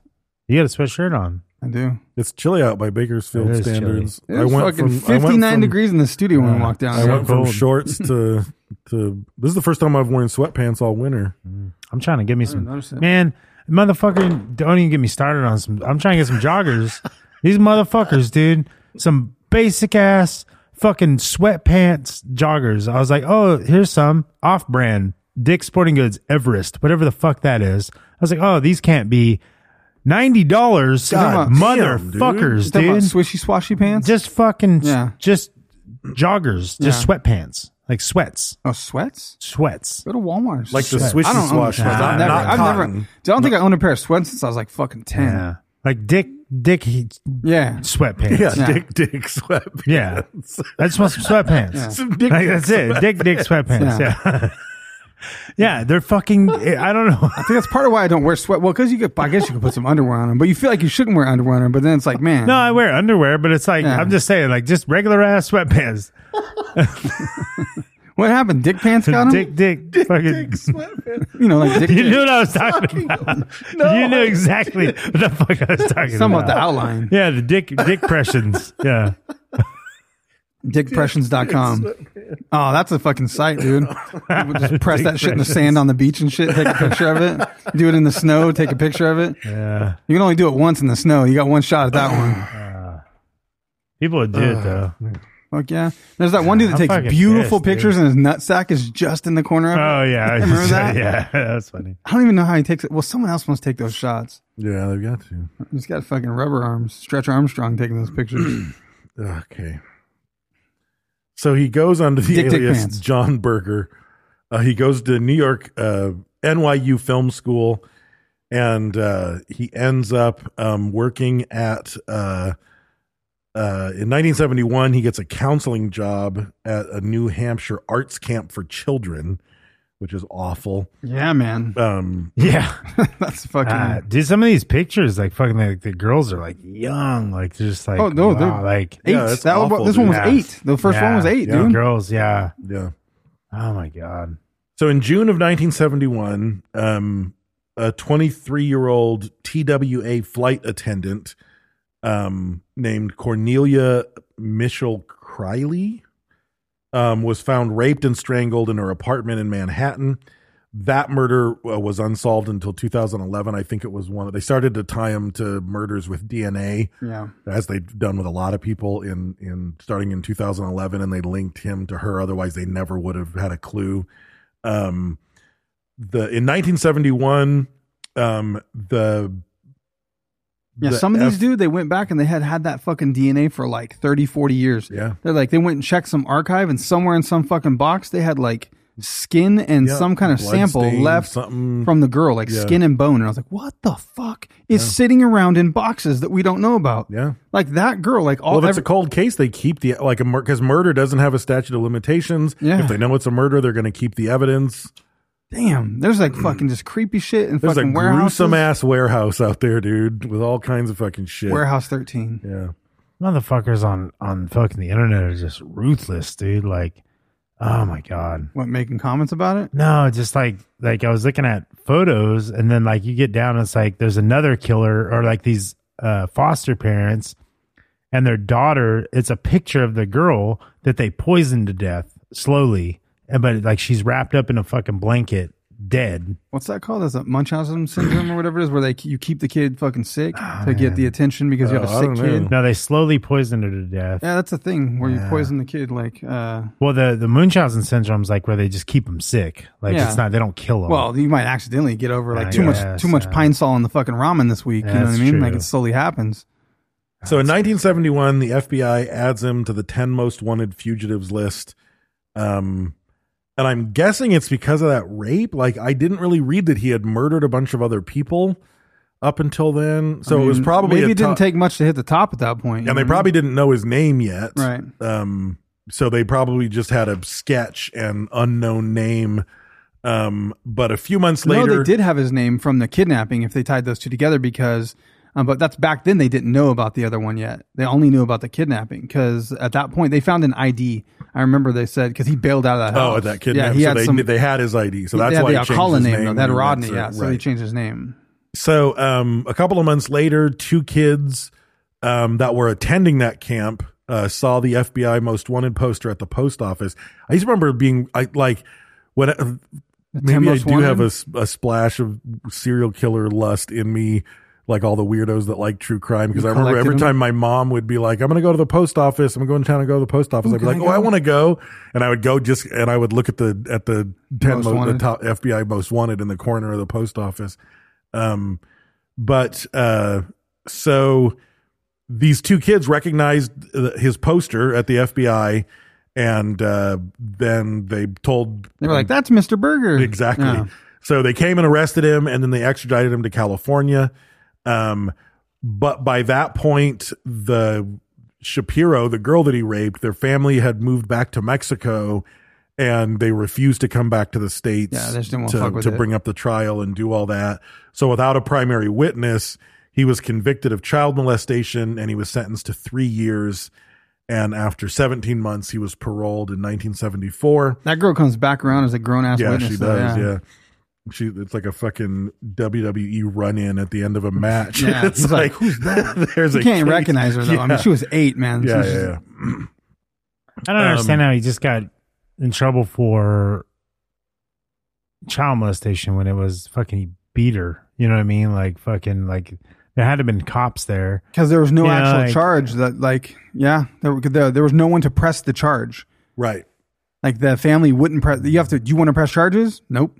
You got a sweatshirt on.
I do.
It's chilly out by Bakersfield
It is
standards.
chilly. It was fucking 59 degrees in the studio when we walked down.
I
So
went from
cold.
shorts to to. This is the first time I've worn sweatpants all winter.
I'm trying to get me some. Man, motherfucker, don't even get me started on some. I'm trying to get some joggers. These motherfuckers, dude, some basic ass fucking sweatpants joggers. I was like, oh, here's some off brand Dick Sporting Goods Everest, whatever the fuck that is. I was like, oh, these can't be. Ninety dollars,
God damn, dude.
motherfuckers,
You talking about
dude.
Swishy swashy pants,
just fucking,
Yeah.
just joggers, just
Yeah.
sweatpants, like sweats.
Oh, sweats,
sweats.
Go to Walmart.
Like the
Sweats.
swishy
I don't own
swash
sweats.
ones.
I've
Nah,
never.
not
I've never.
cotton.
I don't think I owned a pair of sweats since I was like fucking ten.
Yeah. Like Dick, Dick, he,
yeah,
sweatpants.
Yeah, Yeah. Dick-
Dick sweatpants.
Yeah, I just want some sweatpants.
Yeah.
Some Dick
Like,
Dick
that's it. Dick, Dick sweatpants.
Yeah.
Yeah. yeah. they're fucking. I don't know.
I think that's part of why I don't wear sweat. Well, because you could, I guess you could put some underwear on them, but you feel like you shouldn't wear underwear on them. But then it's like, man,
No, I wear underwear, but it's like
Yeah.
I'm just saying, like just regular ass sweatpants.
what happened? Dick pants got them.
Dick, dick, fucking.
you know, like dick.
you
dick.
knew what I was talking about. you knew exactly what the fuck I was talking
Something
about.
about the outline.
Yeah, the dick, dick pressions. Yeah.
Dickpressions.com. Oh, that's a fucking site, dude. People Just press that shit in the
Dickpressions.
sand on the beach and shit, take a picture of it. Do it in the snow, take a picture of it.
Yeah.
You can only do it once in the snow. You got one shot at that one.
People would do it though.
Fuck yeah. There's that one dude that
I'm
takes
fucking
beautiful
pissed,
pictures and his nutsack is just in the corner of it.
Oh yeah,
Remember that?
Yeah, that's funny.
I don't even know how he takes it. Well, someone else must take those shots.
Yeah, they've got to.
He's got fucking rubber arms. Stretch Armstrong taking those pictures.
Okay. So he goes under the
Dick Dick
alias
Pants.
John Berger. Uh, he goes to New York uh, NYU Film School, and uh, he ends up um, working at. Uh, uh, in 1971, he gets a counseling job at a New Hampshire arts camp for children, which is awful.
yeah, man. Uh,
Um,
Yeah.
That's fucking.
Ah, dude, some of these pictures, like fucking, like the girls are like young, like they're just like,
oh, no.
wow,
they're
like
eight.
Yeah, that's
that one-
awful,
this one was
dude.
eight. The first one was eight,
yeah,
dude.
Girls, yeah.
yeah.
Oh my god.
So in June of 1971, um, a 23 year old TWA flight attendant um, named Cornelia Michelle Criley um, was found raped and strangled in her apartment in Manhattan. That murder uh, was unsolved until 2011. I think it was one. They started to tie him to murders with DNA
Yeah.
as they've done with a lot of people in in starting in 2011 and they linked him to her otherwise they never would have had a clue um the in 1971 um the
Yeah,
the
some of these
F-
dude, they went back and they had had that fucking DNA for like 30, 40 years.
Yeah.
They're like, they went and checked some archive and somewhere in some fucking box, they had like skin and
Yeah,
some kind of
blood
sample
stain,
left
something.
from the girl, like
Yeah.
skin and bone. And I was like, what the fuck is sitting around in boxes that we don't know about?
yeah
Like that girl, like all
well, if it's
every-
a cold case, they keep the like a because murder doesn't have a statute of limitations.
Yeah.
If they know it's a murder, they're going to keep the evidence.
damn, there's like fucking just creepy shit and
Mm. There's a
fucking warehouses.
gruesome ass warehouse out there, dude, with all kinds of fucking shit.
Warehouse 13.
Yeah,
Motherfuckers on on fucking the internet are just ruthless, dude. Like, oh my god.
What, making comments about it?
No, just like like I was looking at photos, and then like you get down, it's like there's another killer, or like these uh, foster parents and their daughter. It's a picture of the girl that they poisoned to death slowly, and but like she's wrapped up in a fucking blanket, dead.
What's that called? Is that Munchausen syndrome or whatever it is, where they you keep the kid fucking sick to get the attention because you have
Oh, Ah, I
a
don't
sick kid?
know.
No, they slowly poisoned her to death.
Yeah, that's the thing where you
Yeah.
poison the kid. Like, uh,
Well, the the Munchausen syndrome's like where they just keep them sick. Like
Yeah.
it's not they don't kill them.
well, you might accidentally get over like
I
too much
guess,
too
uh,
much
yeah.
pine sol in the fucking ramen this week. you know what I
That's
mean? Like
true.
it slowly happens.
So in 1971, the FBI adds him to the 10 most wanted fugitives list. Um, and I'm guessing it's because of that rape. Like, I didn't really read that he had murdered a bunch of other people up until then. So
I
it was
mean,
probably
maybe
a
it didn't
top-
take much to hit the top at that point. you
and
know
they
what I mean?
probably didn't know his name yet.
Right.
Um, so they probably just had a sketch and unknown name. Um, but a few months later,
No, they did have his name from the kidnapping if they tied those two together because, um, but that's back then they didn't know about the other one yet. They only knew about the kidnapping because at that point they found an ID. I remember they said because he bailed out of that.
Oh,
house.
at that kidnapping.
Yeah, he
so
had
they,
some.
they had his ID. So
they
that's
had
why
the
he changed
Alcala
his
name.
name.
though. They had
That's
Rodney.
it.
Yeah, so they
Right.
changed his name.
So, um, a couple of months later, two kids um, that were attending that camp uh, saw the FBI most wanted poster at the post office. I just remember being I, like, when I- maybe I
most
do have a,
wanted?
s- a splash of serial killer lust in me, like all the weirdos that like true crime. Because I
You
remember every
collected them?
time my mom would be like, "I'm going to go to the post office. I'm going to town and go to the post office." I'd be
can
like,
I
"Oh, I
go?"
want to go," and I would go just and I would look at the at the ten
Most
mo- the
wanted.
top FBI most wanted in the corner of the post office. Um, but uh, so these two kids recognized uh, his poster at the FBI, and uh, then they told
They were like, "That's Mr. Burger."
Hmm. Exactly.
Yeah.
So they came and arrested him, and then they extradited him to California. Um, but by that point, the Shapiro, the girl that he raped, their family had moved back to Mexico, and they refused to come back to the states
Yeah, they just didn't wanna
to,
fuck with
to
it.
bring up the trial and do all that. So without a primary witness, he was convicted of child molestation, and he was sentenced to three years. And after 17 months, he was paroled in 1974.
That girl comes back around as a grown ass
Yeah,
witness.
she
though,
does. Yeah. She it's like a fucking WWE run in at the end of a match.
Yeah,
it's
he's
like,
like, "Who's that?"
There's
You
a
can't
case.
recognize her though. I mean, she was eight, man. She
Yeah,
was
yeah,
just-
yeah.
I don't
Um,
understand how he just got in trouble for child molestation when it was fucking he beat her. You know what I mean? Like fucking like there had to been cops there.
because there was no
Yeah,
actual
like-
charge that like yeah there, there, there was no one to press the charge
Right.
like the family wouldn't press you have to do you want to press charges nope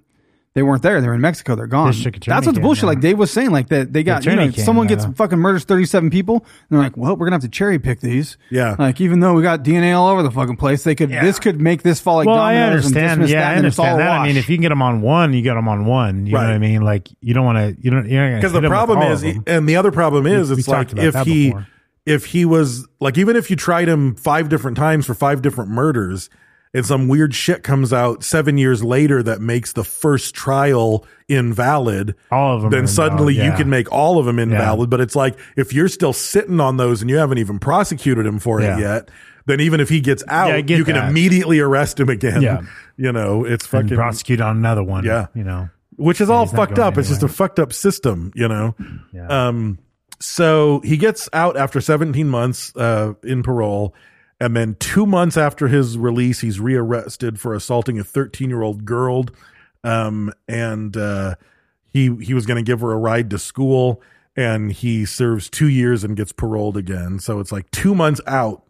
they weren't there they're in mexico they're gone
District attorney
that's what the
came
bullshit
down.
like dave was saying like that they got you know
attorney
if
came
someone
down.
gets fucking murders 37 people and they're like well we're gonna have to cherry pick these
Yeah.
like even though we got dna all over the fucking place they could this could make this fall like
well, I
dominoes and
understand.
dismiss
Yeah,
that,
I
and then it's all
understand that. I mean,
wash.
if you can get them on one, you got them on one. You
Right.
know what I mean? Like you don't want to. You don't.
Because the problem is, and the other problem is,
We- we
it's like
talked about
if
that
he,
before.
if he was like, even if you tried him five different times for five different murders, and some weird shit comes out seven years later that makes the first trial invalid.
All of them are
Then
invalid,
suddenly you
yeah.
can make all of them invalid. But it's like if you're still sitting on those and you haven't even prosecuted him for
Yeah.
it yet, then even if he gets out,
I get
you can
that.
immediately arrest him again.
Yeah.
You know, it's
fucking
fucking
prosecute on another one.
Yeah.
you know.
which is all
he's not
fucked
going
up. It's just a
anywhere.
fucked up system, you know.
Yeah.
Um, so he gets out after 17 months uh, in parole, and then two months after his release, he's rearrested for assaulting a 13 year old girl, um, and uh, he he was going to give her a ride to school, and he serves two years and gets paroled again. So it's like two months out.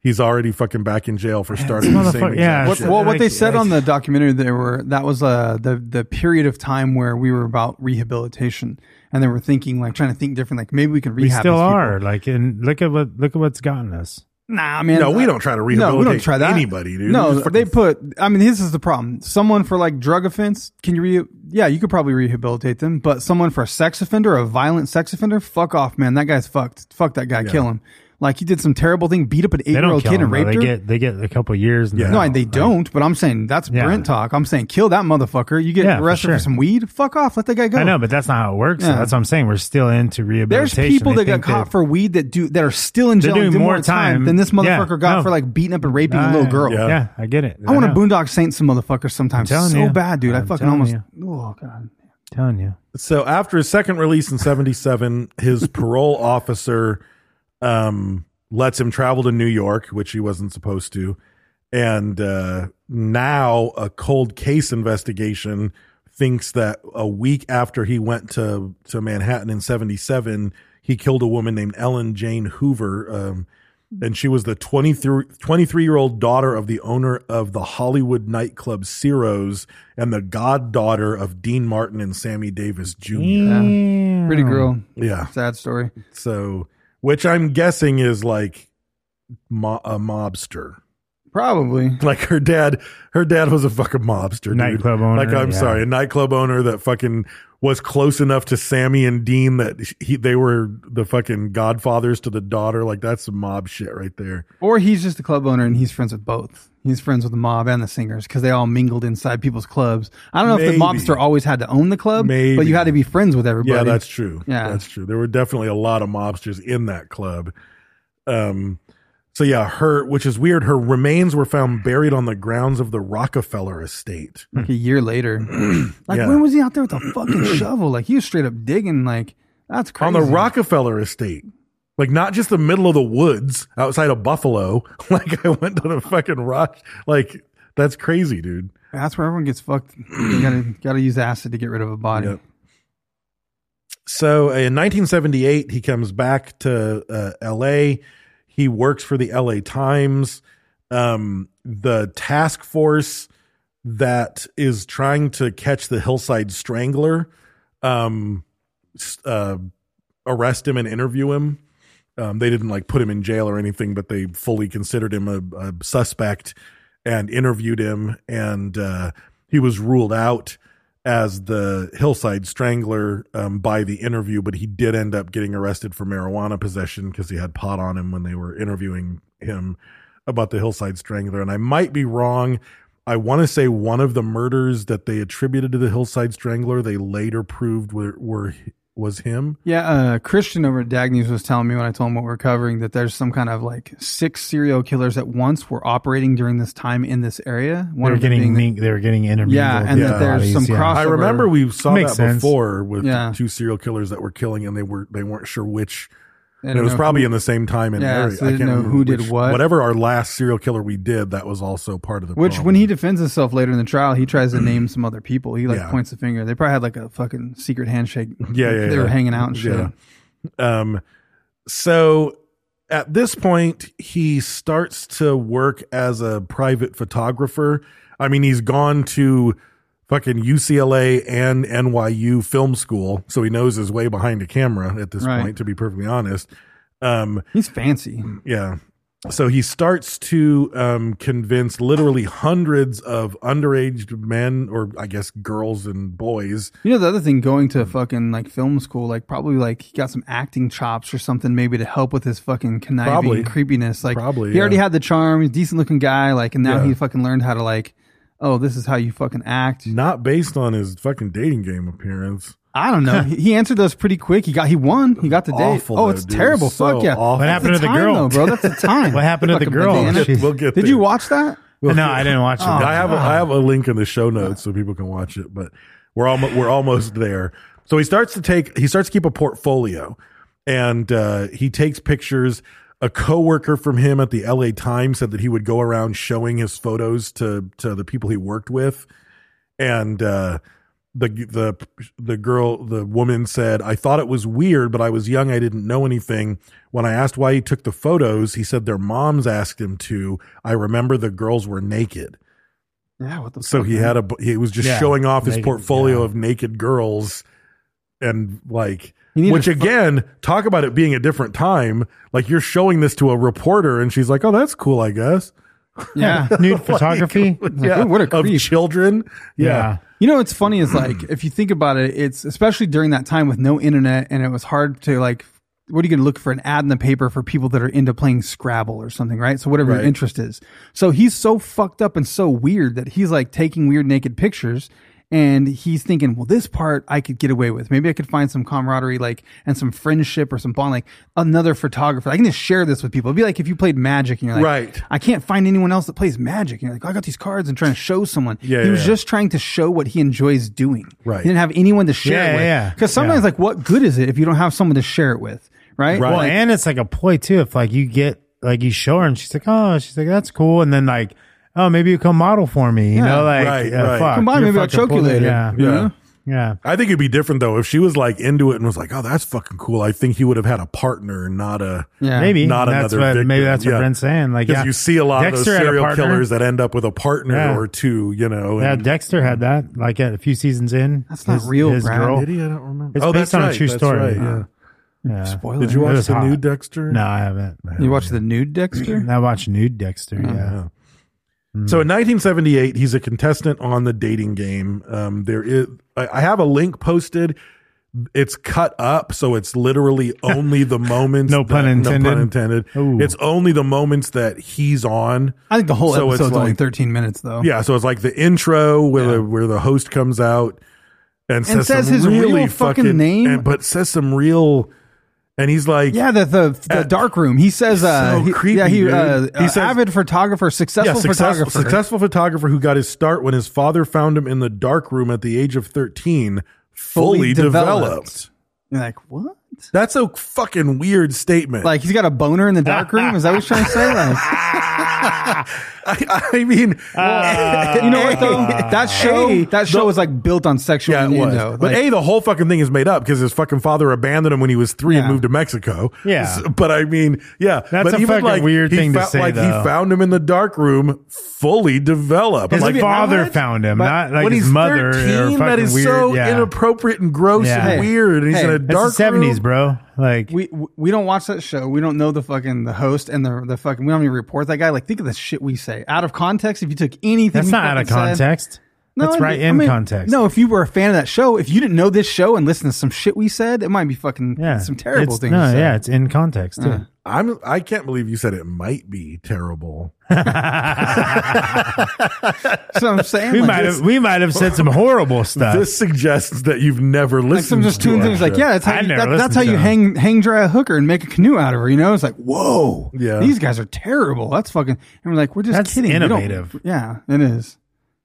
He's already fucking back in jail for starting the same.
motherfucker-
exact
yeah,
shit.
What, well, what they
Like-
said
like-
on the documentary, there were that was uh, the the period of time where we were about rehabilitation, and they were thinking like trying to think different, like maybe we can
We
rehab.
still
these people.
are. Like, and look at what look at what's gotten us.
Nah, man.
No, we don't try to
No, we don't
rehabilitate
try that.
anybody, dude. We
No,
just
they
fucking-
put. I mean, this is the problem. Someone for like drug offense, can you? Re- yeah, you could probably rehabilitate them, but someone for a sex offender, a violent sex offender, fuck off, man. That guy's fucked. Fuck that guy. Kill him. Like he did some terrible thing, beat up an eight
They
year
don't
old
kill
kid
them.
and
though.
raped
They
her.
get they get a couple years. and
Yeah.
they're
No,
out.
they don't. But I'm saying that's
Yeah.
Brent talk. I'm saying kill that motherfucker. You get
Yeah, for
arrested for,
sure.
some weed. Fuck off. Let that guy go.
I know, but that's not how it works.
Yeah.
That's what I'm saying. We're still into
there's
rehabilitation.
people that
They
got
think
caught for weed that do that are still in
They're
jail and
doing
did
more time.
than this
Yeah,
motherfucker got
no.
for like beating up and raping a little
Uh,
girl.
Yeah, yeah, I get it.
I want to
know.
boondock saint some motherfuckers sometimes
telling
so
you.
bad, dude. i
I'm
fucking
telling
almost.
you.
Oh god.
Telling you,
So after his second release in 77, his parole officer um, lets him travel to New York, which he wasn't supposed to. And uh, now a cold case investigation thinks that a week after he went to, to Manhattan in 77, he killed a woman named Ellen Jane Hoover. Um, and she was the 23 year old daughter of the owner of the Hollywood nightclub Ciro's and the goddaughter of Dean Martin and Sammy Davis Jr.
Mm.
Pretty
Mm.
girl.
Yeah.
Sad story.
So, which I'm guessing is like mo- a mobster.
Probably.
Like her dad, her dad was a fucking mobster, dude.
Nightclub owner,
Like I'm
yeah.
sorry, a nightclub owner that fucking was close enough to Sammy and Dean that he they were the fucking godfathers to the daughter. Like that's some mob shit right there.
Or he's just a club owner and he's friends with both. He's friends with the mob and the singers because they all mingled inside people's clubs. I don't know if
Maybe.
the mobster always had to own the club,
Maybe.
but you had to be friends with everybody.
Yeah, that's true.
Yeah.
that's true. There were definitely a lot of mobsters in that club. Um, So yeah, her, which is weird, her remains were found buried on the grounds of the Rockefeller estate.
Like a year later. like when was he out there with a fucking shovel? Like he was straight up digging. Like that's crazy.
on the Rockefeller estate. Like not just the middle of the woods outside of Buffalo. Like I went to the fucking rock. Like that's crazy, dude.
That's where everyone gets fucked. You gotta gotta use acid to get rid of a body.
So uh, in 1978, he comes back to uh, L.A. He works for the L.A. Times, um, the task force that is trying to catch the Hillside Strangler. Um, s- uh, arrest him and interview him. Um, they didn't like put him in jail or anything, but they fully considered him a, a suspect and interviewed him, and uh, he was ruled out as the hillside strangler um, by the interview. But he did end up getting arrested for marijuana possession because he had pot on him when they were interviewing him about the hillside strangler. And I might be wrong. I want to say one of the murders that they attributed to the hillside strangler, they later proved were, were was him.
Yeah, uh, Christian over at Dag News was telling me when I told him what we're covering that there's some kind of like six serial killers at once were operating during this time in this area.
They're
of them
getting
being the-
ming- they're getting intermingled.
Yeah, and
with
that there's
bodies,
some crossover.
I remember we saw
Makes
that
sense.
before with
Yeah.
two serial killers that were killing, and they were they weren't sure which.
They
And it
don't
was
know
probably
who-
in the same time and
Yeah,
area.
so they didn't know
remember
who did
which-
what.
Whatever our last serial killer we did, that was also part of the.
Which,
problem.
when he defends himself later in the trial, he tries to name some other people. He like
Yeah.
points the finger. They probably had like a fucking secret handshake.
yeah,
Like,
yeah,
they were
yeah.
hanging out and shit.
Yeah. Um, so at this point, he starts to work as a private photographer. I mean, he's gone to fucking UCLA and NYU film school, so he knows his way behind a camera at this
Right.
point. To be perfectly honest, um,
He's fancy.
yeah. So he starts to um, convince literally hundreds of underage men, or I guess girls and boys,
You know the other thing, going to fucking like film school, like probably like he got some acting chops or something, maybe to help with his fucking conniving
Probably.
creepiness. Like
Probably,
he already
yeah.
had the charm, he's a decent looking guy, like, and now
Yeah.
he fucking learned how to like, oh, this is how you fucking act.
not based on his fucking dating game appearance.
I don't know. he he answered those pretty quick. He got he won. He got the date.
Awful,
Oh,
though,
it's
dude.
terrible.
So
Fuck yeah.
awful. What
That's
happened to the
time,
girl?
Though, bro, that's the time.
What happened to the
Fucking
girl?
banana.
She-
We'll get
Did
there.
you watch that?
no, I didn't
Oh.
watch it.
I have a, I have a link in the show notes so people can watch it, but we're almost we're almost there. So he starts to take he starts to keep a portfolio, and uh, he takes pictures. A coworker from him at the L.A. Times said that he would go around showing his photos to to the people he worked with, and uh, the the the girl the woman said I thought it was weird but I was young I didn't know anything when I asked why he took the photos he said their moms asked him to I remember the girls were naked
Yeah, what the
so he had a bu- he was just
Yeah,
showing off his
naked,
portfolio
yeah.
of naked girls and like
You need
which
to fu-
again talk about it being a different time like you're showing this to a reporter and she's like oh that's cool I guess
Yeah.
nude photography.
yeah
ooh, what a
of
creep.
children yeah.
You know what's funny is like if you think about it, it's especially during that time with no internet and it was hard to like what are you going to look for an ad in the paper for people that are into playing Scrabble or something, right? So whatever
Right.
your interest is. So he's so fucked up and so weird that he's like taking weird naked pictures and he's thinking, well, this part I could get away with. Maybe I could find some camaraderie, like, and some friendship or some bond, like another photographer. I can just share this with people. It'd be like if you played magic and you're like,
Right.
I can't find anyone else that plays magic. And you're like, "Oh, I got these cards and trying to show someone.
Yeah,
He
yeah,
was
yeah.
just just trying to show what he enjoys doing.
Right.
He didn't have anyone to share
Yeah,
it with.
yeah, yeah.
Because sometimes,
Yeah.
like, what good is it if you don't have someone to share it with? Right.
Right.
Well,
Like,
and it's like a ploy too. If like you get like you show her and she's like, oh, she's like that's cool, and then like, oh, maybe you come model for me. You
Yeah.
know, like
Right,
uh,
right.
fuck,
come on,
you're
maybe I'll
fucking
choke you
pulling-
later.
Yeah,
you
yeah.
know?
I think it'd be different though if she was like into it and was like, "Oh, that's fucking cool." I think he would have had a partner, not a
Yeah.
Maybe
not
And that's
another
what,
victim.
Maybe that's what
Yeah.
Brent's saying. Like,
'Cause
yeah,
you see a lot of
Dexter
those
had a
serial
partner.
killers that end up with a partner
Yeah.
or two, you know.
Yeah,
and-
Dexter had that. Like a few seasons in,
That's not real,
His
Brad.
girl.
Did
I don't remember.
It's based on a true story.
right, yeah.
Yeah.
Spoiler.
Did you
It
watch
was
the
hot.
new Dexter?
No, I haven't.
You watch the nude Dexter?
I watched nude Dexter. Yeah. Mm.
So in 1978, he's a contestant on the dating game. Um, there is, I, I have a link posted. It's cut up, so it's literally only the moments.
No pun
that- No
intended.
pun intended.
Ooh.
It's only the moments that he's on.
I think the whole
So it's
episode's only
like-
13 minutes, though.
Yeah, so it's like the intro where the, where the host comes out and,
And
says
says
some
his
really
real fucking name?
and, but says some real And he's like,
yeah, the the, the dark room. He says, uh,
Uh, so
he,
creepy,
yeah, he,
dude.
uh,
He
uh,
says-
avid photographer, successful,
successful,
photographer.
successful photographer who got his start when his father found him in the dark room at the age of 13, fully,
Fully
developed.
developed. You're like, what?
That's a fucking weird statement.
Like he's got a boner in the dark room. Is that what you're trying to say? Like,
I, I mean,
Ah.
you know what though? That show,
Hey,
that show
the-
was like built on sexual
yeah, it was.
innuendo.
But
Like,
A, the whole fucking thing is made up because his fucking father abandoned him when he was three and
Yeah.
moved to Mexico.
Yeah.
So- but I mean, yeah.
That's
but
a fucking weird
he
thing to
fou-
say,
Like
though.
he found him in the dark room, fully developed.
His
I'm like,
father
"What?"
found him,
But
not like
when
his
he's
mother or
13, that
fucking
is
weird-
so
yeah.
inappropriate and gross
Yeah.
and
Hey,
weird. And he's
hey,
in a
it's
It's the
dark
seventies,
room.
bro. Like
we we don't watch that show. We don't know the fucking the host and the the fucking. We don't even report that guy. Like think of the shit we say out of context. If you took anything,
that's
we
not out of
fucking said-
context. that's
I
right
mean-
in
I mean,
context.
No, if you were a fan of that show, if you didn't know this show and listened to some shit we said, it might be fucking
yeah,
some terrible
It's-
things.
No,
to say.
yeah, it's in context too.
I'm, I can't believe you said it might be terrible.
that's what I'm saying.
we
like,
might
it's-
have we might have said some horrible stuff.
this suggests that you've never
Uh, Like
listened
some just
to
tuned
our
things like
show.
yeah, that's how
I
you,
never
that-
listened
that's how
to
you
them.
hang hang dry a hooker and make a canoe out of her. You know, it's like whoa,
Yeah.
these guys are terrible. That's fucking. And we're like, we're just
That's
kidding. We don't-
innovative.
Yeah, it is.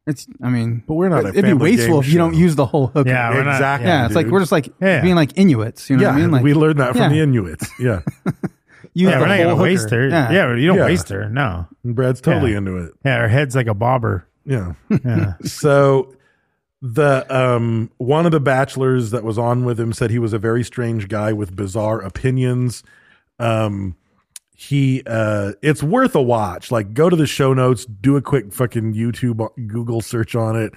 It's. I mean,
But we're not a
It'd be
family
wasteful
game
if you don't
show.
use the whole hooker.
Yeah, we're not-
Exactly.
Yeah, it's like
dude.
we're just like
Yeah.
being like Inuits. You know
yeah,
what I mean? Like
we learned that from
yeah.
the Inuits. Yeah.
Use
yeah,
the
we're not gonna
whole
waste
hooker.
her. Yeah, you don't
Yeah.
waste her. No.
And Brad's totally
Yeah.
into it.
Yeah, her head's like a bobber.
Yeah.
Yeah.
so the um one of the bachelors that was on with him said he was a very strange guy with bizarre opinions. Um he uh it's worth a watch. Like go to the show notes, do a quick fucking YouTube uh, Google search on it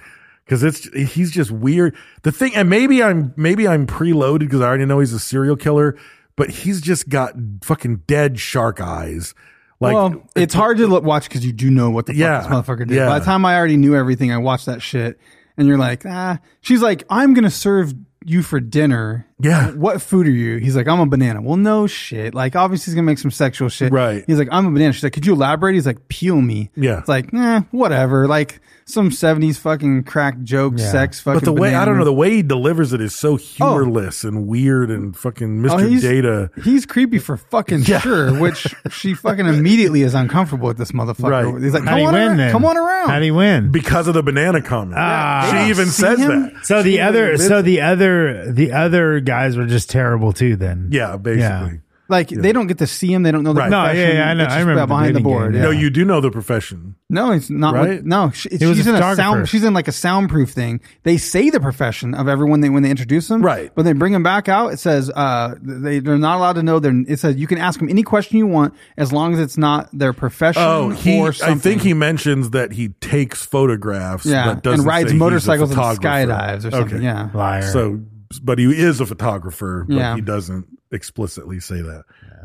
cuz it's he's just weird. The thing and maybe I'm maybe I'm preloaded cuz I already know he's a serial killer, but he's just got fucking dead shark eyys. Like
well, it's hard to look, watch because you do know what the fuck
Yeah,
this motherfucker did.
yeah.
By the time I already knew everything, I watched that shit, and you're like, ah. She's like, I'm gonna serve you for dinner.
Yeah.
What food are you? He's like, I'm a banana. Well, no shit. Like, obviously he's gonna make some sexual shit.
Right.
He's like, I'm a banana. She's like, could you elaborate? He's like, peel me.
Yeah.
It's like, nah, whatever. Like some '70s fucking crack joke, sex fucking.
But the way I
banana.
don't know the way he delivers it is so humorless and weird and fucking
Oh,
Mr.
he's-
Data.
He's creepy for fucking sure, which she fucking immediately is uncomfortable with this motherfucker.
Right.
He's like,
How'd
come
he
on,
win
around,
then?
come on around.
How'd he win?
Because of the banana comment.
Ah.
she even
See
says
him?
that.
so the
She
other
even
so
admits-
the other the other guys were just terrible too then.
Yeah, basically.
Like they don't get to see him. They don't know the
Right. No,
yeah,
profession.
yeah, I know.
It's
I
just
remember the
behind the
dating
board.
game,
yeah.
No, you do know the profession.
No, it's not. what-
Right?
no, she,
He was
she's
a
in a
photographer.
sound. She's in like a soundproof thing. They say the profession of everyone they when they introduce them.
Right.
When they bring them back out, it says uh, they they're not allowed to know their. It says you can ask them any question you want as long as it's not their profession.
Oh, he.
or
I
something.
think he mentions that he takes photographs.
Yeah,
but doesn't
and rides
say he's a
motorcycles and
photographer.
skydives or something. Yeah.
Liar.
So, but he is a photographer. But
Yeah.
he doesn't explicitly say that.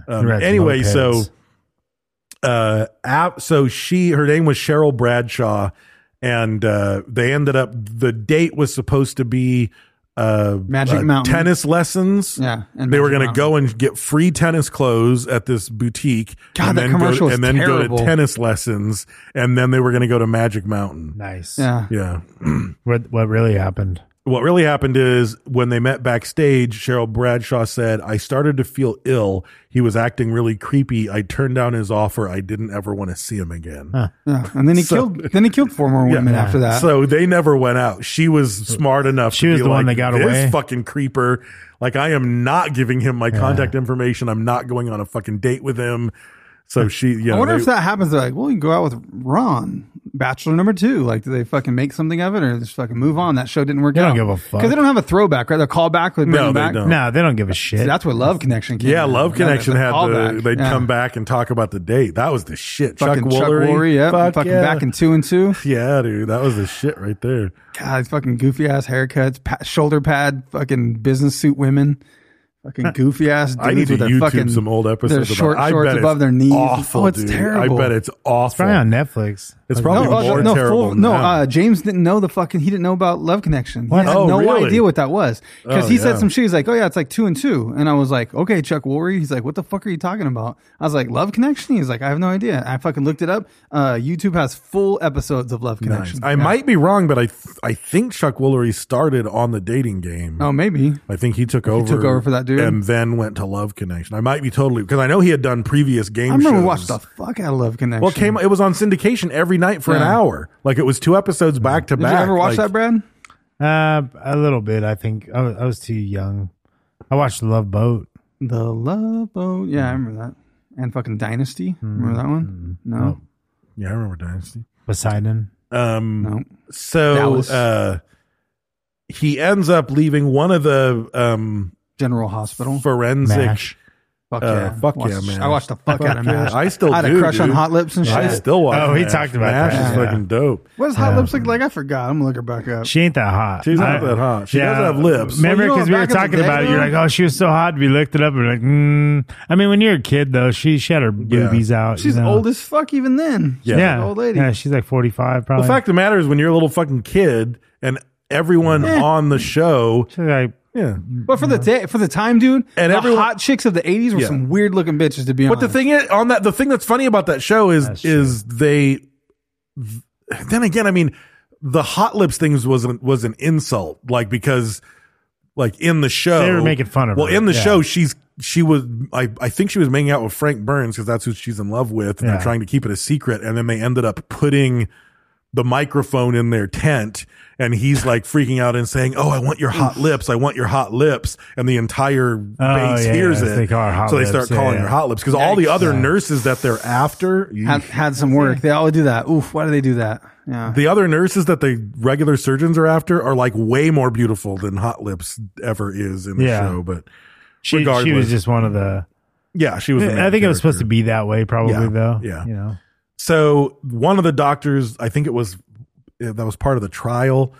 He
Um,
rides
anyway, so
mopeds.
uh, ap- so she her name was Cheryl Bradshaw, and uh, they ended up the date was supposed to be uh,
Magic
uh,
Mountain.
tennis lessons.
Yeah, and
they were
Magic
going to
Mountain.
go and get free tennis clothes at this boutique.
God,
and
that commercial
go,
is
and then go
terrible.
to tennis lessons, and then they were going to go to Magic Mountain.
nice.
Yeah.
Yeah.
What what really happened?
What really happened is when they met backstage, Cheryl Bradshaw said, I started to feel ill. He was acting really creepy. I turned down his offer. I didn't ever want to see him again.
Yeah. And then he
So-
killed. Then he killed four more women after that.
So they never went out. She was smart enough.
She
to
was
be
the one
like,
that got
this
away."
fucking creeper. Like I am not giving him my contact information. I'm not going on a fucking date with him. So she, you know,
I wonder
they-
if that happens. They're like, well, you can go out with Ron, Bachelor number two. Like, do they fucking make something of it or just fucking move on? That show didn't work
They don't
out.
give a fuck.
Because they don't have a throwback, right? They're callback. They bring
No,
them
they
back.
don't.
No, they don't give a shit.
See, that's where Love Connection came
Yeah,
in.
Love
Yeah,
Connection
the
had the.
callback.
They'd
Yeah.
come back and talk about the date. That was the shit.
Fucking
Chuck Woolery.
yep.
Fuck
fucking
yeah.
back in two and two.
Yeah, dude, that was the shit right there.
God, these fucking goofy ass haircuts, pa- shoulder pad, fucking business suit women, fucking goofy ass dudes
I need to
with their
YouTube
fucking
some old episodes.
their
about-
short
I
shorts
bet it's
above their knees.
Awful,
oh, it's
dude.
terrible.
I bet it's awful.
probably on Netflix.
It's
Like,
probably
No, uh,
more
no,
terrible
full- no.
now.
Uh, James didn't know the fucking. He didn't know about Love Connection. He had
Oh,
no
really?
idea what that was because
Oh,
he
yeah.
said some shit. He's like, "Oh yeah, it's like two and two. and I was like, "Okay, Chuck Woolery." He's like, "What the fuck are you talking about?" I was like, "Love Connection." He's like, "I have no idea." I fucking looked it up. Uh, YouTube has full episodes of Love
Nice.
Connection.
I
Yeah.
might be wrong, but I th- I think Chuck Woolery started on the dating game.
Oh, maybe
I think he took over.
took over for that dude.
and then went to Love Connection. I might be totally because I know he had done previous game.
I remember we
shows.
watched the fuck out of Love Connection.
Well, it came it was on syndication every night for an
Yeah.
hour. Like it was two episodes back to
Did you
back.
ever watch
Like,
that, Brad?
Uh, a little bit. I think I was, I was too young. I watched Love Boat.
The Love Boat. Yeah, I remember that. And fucking Dynasty. Remember that
Hmm.
one? No.
Yeah, I remember Dynasty.
Poseidon.
Um,
No.
so
Dallas.
uh, he ends up leaving one of the um,
General Hospital.
forensic.
Oh. Mash.
fuck
uh,
yeah.
fuck
Watched-
yeah, man.
I watched the fuck, out of
yeah.
MASH.
I still
I had
do,
a crush on
dude.
Hot Lips and shit.
I still watch.
Oh, he
MASH.
talked about
Mash
that.
is
Yeah.
fucking dope.
What does Hot Lips look like? I forgot. I'm going to look her back up.
She ain't that hot.
She's not
I-
that hot. She does have lips.
Well,
Remember,
you
because
know,
we were
back in the
talking
day,
about it, you're
though-
like, "Oh, she was so hot." We looked it up, and we're like, mm. "I mean, when you're a kid, though, she she had her boobies out."
She's
you know?
old as fuck even then.
Yeah.
She's
yeah,
an old lady.
Yeah, she's like 45, probably.
The fact of the matter is, when you're a little fucking kid and everyone on the show,
she's like,
yeah.
But for the day, for the time, dude,
And
the
everyone-
hot chicks of the '80s were
Yeah.
some weird looking bitches, to be
But
honest.
the thing is, on that, the thing that's funny about that show is,
That's true.
is they. Then again, I mean, the hot lips things was an, was an insult, like because, like in the show,
They were making fun of
Well,
her,
in the
yeah.
show, she's she was I I think she was making out with Frank Burns because that's who she's in love with, and
Yeah.
they're trying to keep it a secret, and then they ended up putting the microphone in their tent and he's like freaking out and saying, "Oh, I want your hot lips. I want your hot lips." And the entire base
Oh, yeah,
hears
yeah,
it.
they call her hot
so they
lips,
start
yeah,
calling
yeah.
her hot lips because all the other nurses that they're after,
had, had some work. They all do that. Oof, why do they do that? Yeah.
the other nurses that the regular surgeons are after are like way more beautiful than hot lips ever is in the
Yeah.
show, but
she, she was
Regardless.
just one of the.
yeah, she was the main
I think it was supposed
character.
to be that way, probably
Yeah,
though.
yeah.
you know,
So one of the doctors, I think it was eh, that was part of the trial,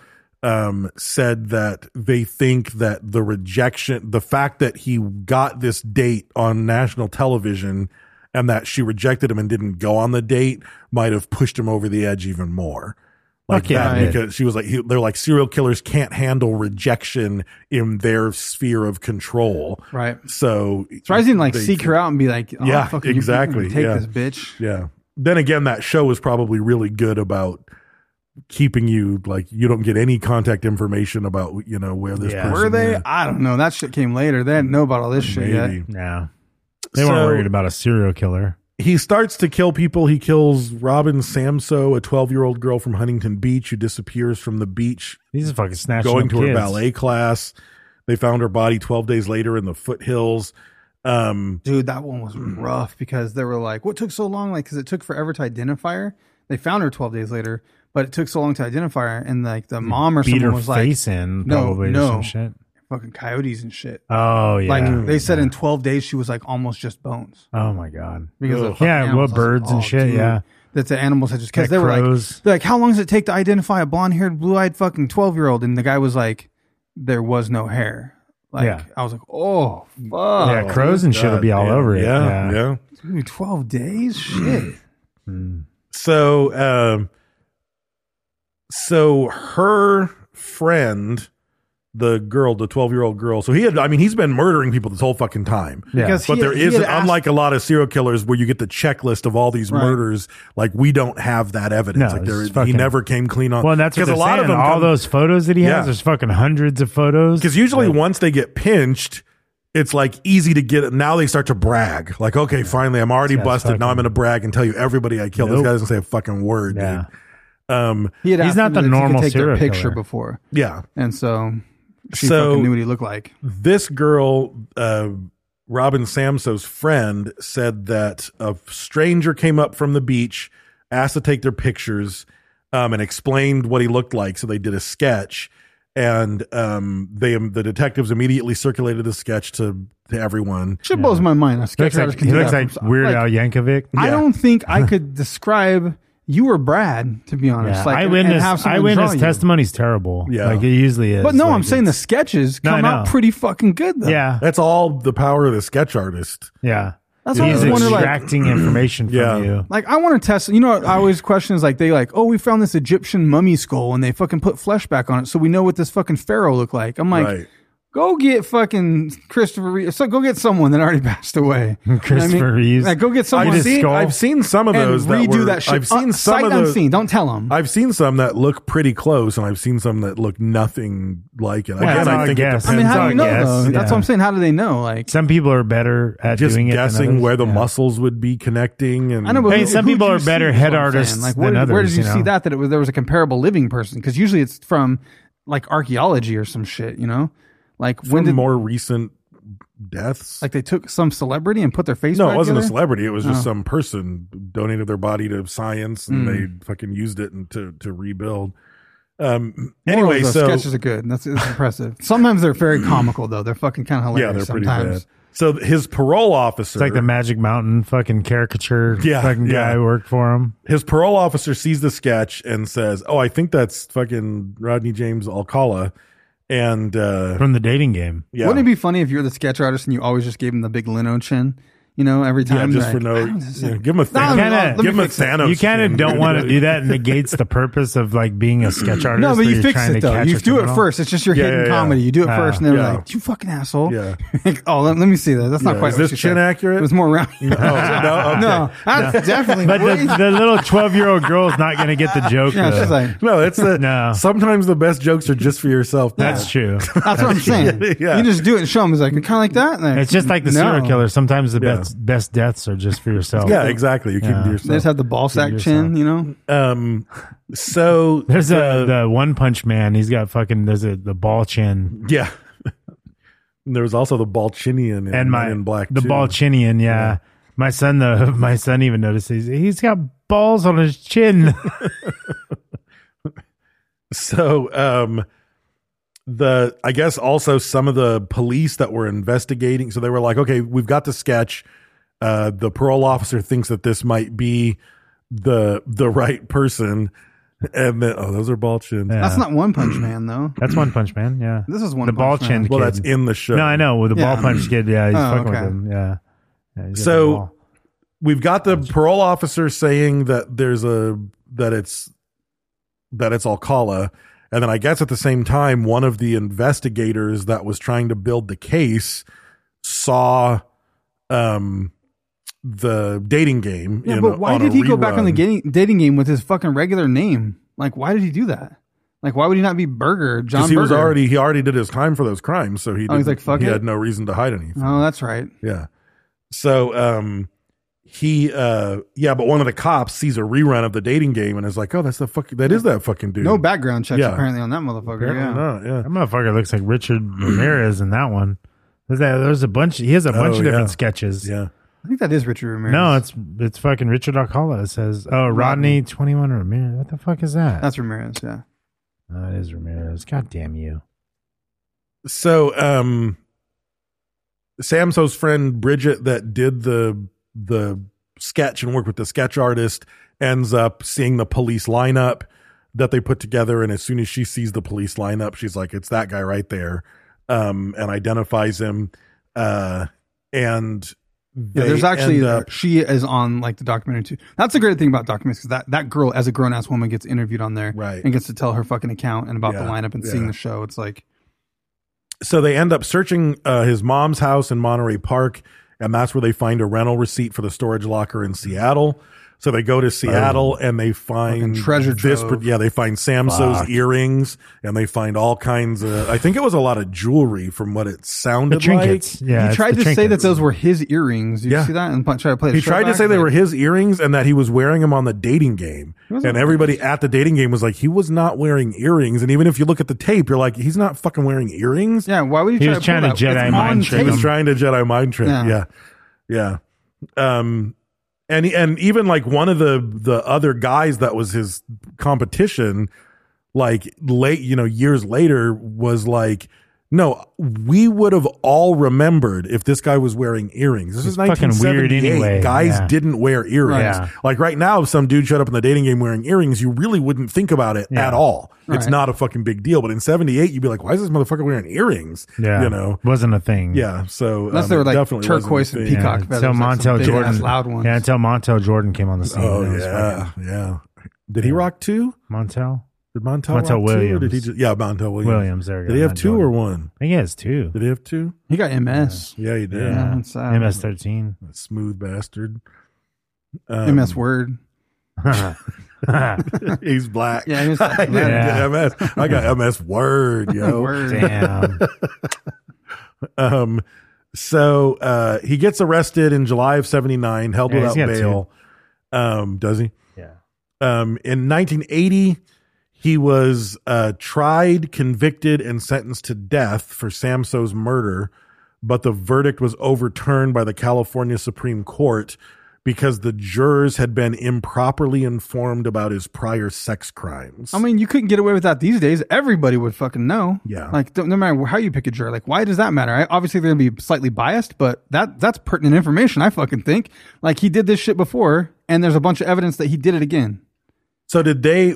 um, said that they think that the rejection, the fact that he got this date on national television and that she rejected him and didn't go on the date might have pushed him over the edge even more. Like
Fuck yeah,
that
it did.
because she was like he, they're like serial killers can't handle rejection in their sphere of control.
Right.
So
So I didn't like
they-
seek her out and be like, oh,
Yeah,
fucking, you- you
exactly,
can take
yeah.
this bitch.
yeah. Then again, that show was probably really good about keeping you like you don't get any contact information about you know where this
Yeah. Mm.
person
Were they?
is.
I don't know. That shit came later. They didn't know about all this shit yet.
Maybe.
no, they
So-
weren't worried about a serial killer.
He starts to kill people. He kills Robin Samso, a 12 year old girl from Huntington Beach who disappears from the beach
These are fucking snatching
going
up
to her
kids.
ballet class. They found her body 12 days later in the foothills. Um,
Dude, that one was
Mm.
rough because they were like, what took so long? Like, because it took forever to identify her. They found her 12 days later, but it took so long to identify her. And like the mom or
Mm. Beat
someone
her
was like,
face in
no,
probably or
no.
some shit.
fucking coyotes and shit.
Oh yeah,
Like they said in 12 days, she was like almost just bones.
Oh my god.
because of fucking
yeah,
animals.
what
I was
birds
like,
and
"Oh,
shit.
dude."
Yeah,
that the animals had just
Yeah,
because they were
crows.
like, they're like, how long does it take to identify a blonde haired, blue eyed fucking twelve year old? And the guy was like, there was no hair. Like
Yeah.
I was like, oh fuck,
yeah, crows and shit will be all
goddamn.
over it.
Uh, Yeah, yeah.
dude, twelve days, shit.
So, um, so her friend, the girl, the twelve-year-old girl. So he had, I mean, he's been murdering people this whole fucking time.
Yeah.
Because
But
he-
there
he
is,
had asked-
unlike a lot of serial killers, where you get the checklist of all these
Right.
murders. Like we don't have that evidence.
No,
like
it's
there, he
fucking-
never came clean on.
Well, and that's because
a lot of them
all
come-
those photos that he
Yeah.
has. There's fucking hundreds of photos.
because usually once they get pinched, it's like easy to get. Now they start to brag. Like, okay, finally, I'm already
Yeah, it's
busted. Now
fucking-
I'm going to brag and tell you everybody I killed. This
Nope.
guy doesn't say a fucking word.
yeah,
Dude. Um.
He had
He's
asked
not
him
the
if he could
normal
take their
serial
picture
killer.
before,
Yeah.
and so she
So-
fucking knew what he looked like.
this girl, uh, Robin Samso's friend, said that a stranger came up from the beach, asked to take their pictures, um, and explained what he looked like. So they did a sketch, and um, they the detectives immediately circulated the sketch to to everyone.
Shit blows my mind. I
looks like, he looks like Weird Al Yankovic.
I don't think I could describe you or Brad to be honest.
Yeah.
Like and- and have
eyewitness.
someone
Eyewitness
draw you.
testimony's terrible.
Yeah.
like it usually is.
But no,
Like,
I'm saying the
it's-
sketches
No, I
come out
know.
pretty fucking good though.
Yeah,
That's all the power of the sketch artist.
yeah.
That's why I
he's
was wondering, like-
extracting information from
Yeah.
you.
Like I want to test. You know, what I always question is like they like, oh, we found this Egyptian mummy skull and they fucking put flesh back on it, so we know what this fucking pharaoh looked like. I'm like,
right.
Go get fucking Christopher Reeve. So go get someone that already passed away.
Christopher Reeves.
Like, go get someone.
His
I've seen,
skull.
I've seen some of
and
those that
redo
were-
that shit.
I've seen
Uh,
some
sight
of those.
unseen. Don't tell them.
I've seen some that look pretty close, and I've seen some that look nothing like it. Again,
that's all
I
a
think
guess.
it
I mean,
depends
how do
I
you know
guess,
though? That's
yeah.
what I'm saying. How do they know? Like,
Some people are better at
just
doing it. than
guessing
others.
where the
Yeah.
muscles would be connecting. And
I know, but
Hey,
who-
some
who'd
people
you
are
see
better
is
head
what I'm saying.
artists
Like, where,
than
did- Where
others,
did you,
you
see
know?
that? That it was there was a comparable living person because usually it's from like archaeology or some shit. You know, like when
from
did
more recent deaths.
like they took some celebrity and put their face.
no,
back
it wasn't a
together?
celebrity. It was just
Oh.
some person donated their body to science, and
Mm.
they fucking used it and to to rebuild. Um.
Moral
Anyway,
is those
so
sketches are good. That's it's impressive. Sometimes they're very comical though. They're fucking kind of
yeah,
hilarious.
they're pretty
sometimes.
bad. So his parole officer,
It's like the Magic Mountain fucking caricature
Yeah,
fucking guy
yeah.
worked for him.
his parole officer sees the sketch and says, "Oh, I think that's fucking Rodney James Alcala." And uh,
From the dating game.
yeah,
Wouldn't it be funny if you're the sketch artist and you always just gave him the big lino chin? You know, every
yeah,
time
just
like,
for no,
"I don't
you know,
understand."
give him a
No,
Thanos,
Kinda-
let me
give him a
fix it.
Thanos.
you kind
skin,
of don't
dude.
want to do that. It negates the purpose of like being a sketch artist.
No, but
where
you
you're
fix
trying
it
to
though.
catch
You
a
do it
criminal.
first. It's just your
Yeah,
hidden
yeah, yeah.
comedy. You do it
Ah,
first, and they're
yeah.
like, "You fucking asshole."
Yeah.
Like, oh, let, let me see that. That's not
Yeah,
quite.
is
what
this
she
chin
said.
accurate?
It was more round.
No, no, okay.
no, that's definitely.
But
way-
the, the little twelve year old girl's not going to get the joke.
yeah,
though.
she's like,
No, it's the
No.
sometimes the best jokes are just for yourself.
that's
Pat.
true.
that's what I'm saying.
Yeah.
You just do it and show them. It's like kind of like that. And
It's just like the serial
no.
killer. Sometimes the
Yeah.
best best deaths are just for yourself.
Yeah, exactly. You keep it
Yeah.
to
They just
yourself.
have the ball sack
yourself.
chin, you know.
Um, so
There's a the One Punch Man. He's got fucking there's a the ball chin
yeah. And there was also the Balchinian in,
and my
in black.
the
too.
ball chinian. Yeah. my son the my son even noticed he's he's got balls on his chin.
So, um, the I guess also some of the police that were investigating. So they were like, okay, we've got the sketch. Uh, the parole officer thinks that this might be the the right person, and then oh, those are ball chins.
Yeah.
That's not One Punch Man though.
That's One Punch Man. Yeah,
This is One
the ball
Punch Man.
chin.
Well,
kid.
that's in the show.
No, I know. With the
Yeah.
ball punch kid, yeah, he's
Oh,
fucking
okay.
with him. Yeah. yeah he's got
So-
the ball.
we've got the parole officer saying that there's a that it's that it's Alcala, and then I guess at the same time, one of the investigators that was trying to build the case saw um the dating game.
Yeah,
in a-
but why
on a
did he go back on the
rerun.
dating, dating game with his fucking regular name? Like, why did he do that? Like, why would he not be Burger or John?
Because he was
Burger?
already he already did his time for those crimes, so he
Oh,
didn't-
he's like, "Fuck
he
it."
had no reason to hide anything.
Oh, that's right.
Yeah. So um he uh yeah, but one of the cops sees a rerun of the dating game and is like, "Oh, that's the fuck that is that fucking dude."
No background checks
Yeah.
apparently on that motherfucker.
Apparently
yeah.
not, yeah.
that motherfucker looks like Richard Ramirez in that one. There's, that, there's a bunch. He has a bunch
Oh,
of different
yeah.
sketches.
Yeah.
I think that is Richard Ramirez.
No, it's it's fucking Richard Alcala. It says, oh, Rodney twenty one Ramirez. What the fuck is that?
that's Ramirez. Yeah.
oh, it is Ramirez. God damn you!
So um Samso's friend Bridget that did the the sketch and worked with the sketch artist ends up seeing the police lineup that they put together and as soon as she sees the police lineup she's like it's that guy right there um and identifies him uh and
Yeah,
they
there's actually uh,
end up-
she is on like the documentary too. That's the great thing about documentaries 'cause that that girl as a grown ass woman gets interviewed on there
Right.
and gets to tell her fucking account and about the
Yeah,
lineup and seeing
yeah.
the show. It's like
so they end up searching uh, his mom's house in Monterey Park, and that's where they find a rental receipt for the storage locker in Seattle. So they go to Seattle and they find
Oh. Fucking treasure
This,
trove.
yeah, they find Samso's earrings and they find all kinds of. I think it was a lot of jewelry, from what it
The
sounded
trinkets.
like.
yeah,
he
it's
tried
the
to say that
trinkets.
those were his earrings. Did
Yeah.
you see that and pl- try to play.
He
the show
tried to
back?
say they
Like,
were his earrings and that he was wearing them on the dating game.
wasn't-
And everybody at the dating game was like, he was not wearing earrings. And even if you look at the tape, you're like, he's not fucking wearing earrings.
Yeah, why would he?
He
try
was
to pull
trying to
that?
Jedi
It's
mind
on
trick
tape.
He was
Um,
trying to Jedi mind trick.
Yeah.
Yeah. yeah, Um, and and even like one of the the other guys that was his competition, like late, you know, years later, was like. No, we would have all remembered if this guy was wearing earrings. This
It's
is
fucking weird
1978.
anyway.
Guys
Yeah.
didn't wear earrings.
Yeah.
Like right now, if some dude showed up in the dating game wearing earrings, you really wouldn't think about it
Yeah.
at all. It's
Right.
not a fucking big deal. But in '78, you'd be like, "Why is this motherfucker wearing earrings?"
Yeah,
you know,
wasn't a thing.
yeah, so
Unless
um,
they were
it
like
definitely wasn't
turquoise and
anything.
peacock
Yeah,
feathers,
until
like some
Montel
big ass
Jordan,
loud ones.
yeah, until Montel Jordan came on the scene.
Oh
That was
yeah,
fucking-
yeah. Did he rock too?
Montel.
Did Montel,
Montel
Rock two, or
Williams.
did he just, yeah, Montel Williams.
Williams, there we
Did
go,
he have
not
two
Jordan.
or one?
I think he has two.
Did he have two?
He got MS.
Yeah, he did.
Yeah.
that's sad.
MS thirteen.
That smooth bastard.
MS word.
He's black.
Yeah, he's black.
I didn't
Yeah.
get MS. I got MS word, yo.
Word.
Damn.
Um, so uh, he gets arrested in July of 79, held
Yeah, he's
without
got
bail. Um, does he?
yeah.
Um, in 1980, he was uh, tried, convicted, and sentenced to death for Samso's murder, but the verdict was overturned by the California Supreme Court because the jurors had been improperly informed about his prior sex crimes.
I mean, you couldn't get away with that these days. Everybody would fucking know.
Yeah.
Like, don't- no matter how you pick a juror, like, why does that matter? I, obviously, they're gonna be slightly biased, but that that's pertinent information. I fucking think. Like, he did this shit before, and there's a bunch of evidence that he did it again
so did they?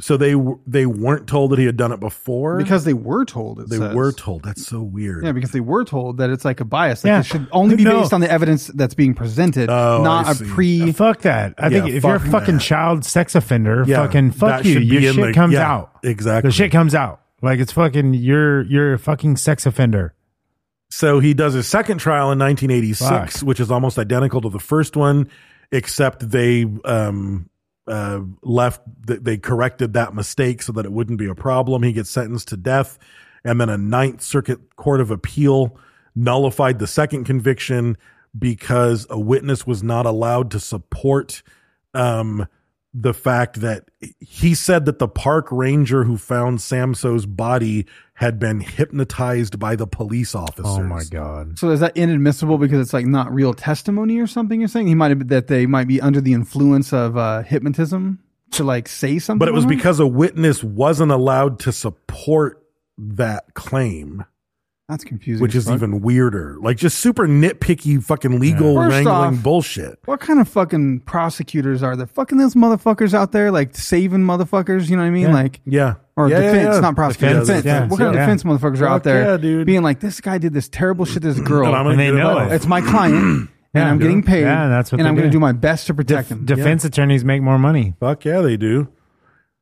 So they w- they weren't told that he had done it before
because they were told. It
they
says.
were told. That's so weird.
Yeah, because they were told that it's like a bias. Like
Yeah.
It should only be
No.
based on the evidence that's being presented,
Oh,
not
I
a
see.
pre.
Fuck that. I
Yeah,
think if you're a
fuck
fucking
that.
child sex offender,
Yeah,
fucking fuck
that
you.
should be
Your
in
shit
the-
comes
yeah,
out.
exactly.
The shit comes out. Like it's fucking you're you're a fucking sex offender.
So he does his second trial in 1986,
Fuck.
which is almost identical to the first one, except they um, uh, left, th- they corrected that mistake so that it wouldn't be a problem. He gets sentenced to death. And then a Ninth Circuit Court of Appeal nullified the second conviction because a witness was not allowed to support um, the fact that he said that the park ranger who found Samso's body had been hypnotized by the police officers.
Oh my god.
So is that inadmissible because it's like not real testimony or something? You're saying he might have that they might be under the influence of uh, hypnotism to like say something.
But it was
wrong?
because a witness wasn't allowed to support that claim,
that's confusing.
which
as
is
fuck.
even weirder. Like just super nitpicky fucking legal
First
wrangling
off-
bullshit.
What kind of fucking prosecutors are there? Fucking those motherfuckers out there, like saving motherfuckers. You know what I mean? Like,
Yeah.
or
Yeah, yeah,
defense,
yeah.
not prosecutor.
Defense,
Defense.
yeah,
what kind
yeah.
of defense motherfuckers are
Fuck
out there?
yeah, dude.
Being like, this guy did this terrible shit to this girl.
And I'm gonna
And they
get it
know
out.
it.
it's my client, and I'm
dude.
getting paid.
Yeah, that's what
And
they
I'm going to
do.
do my best to protect him.
Defense attorneys make more money.
Fuck yeah, they do.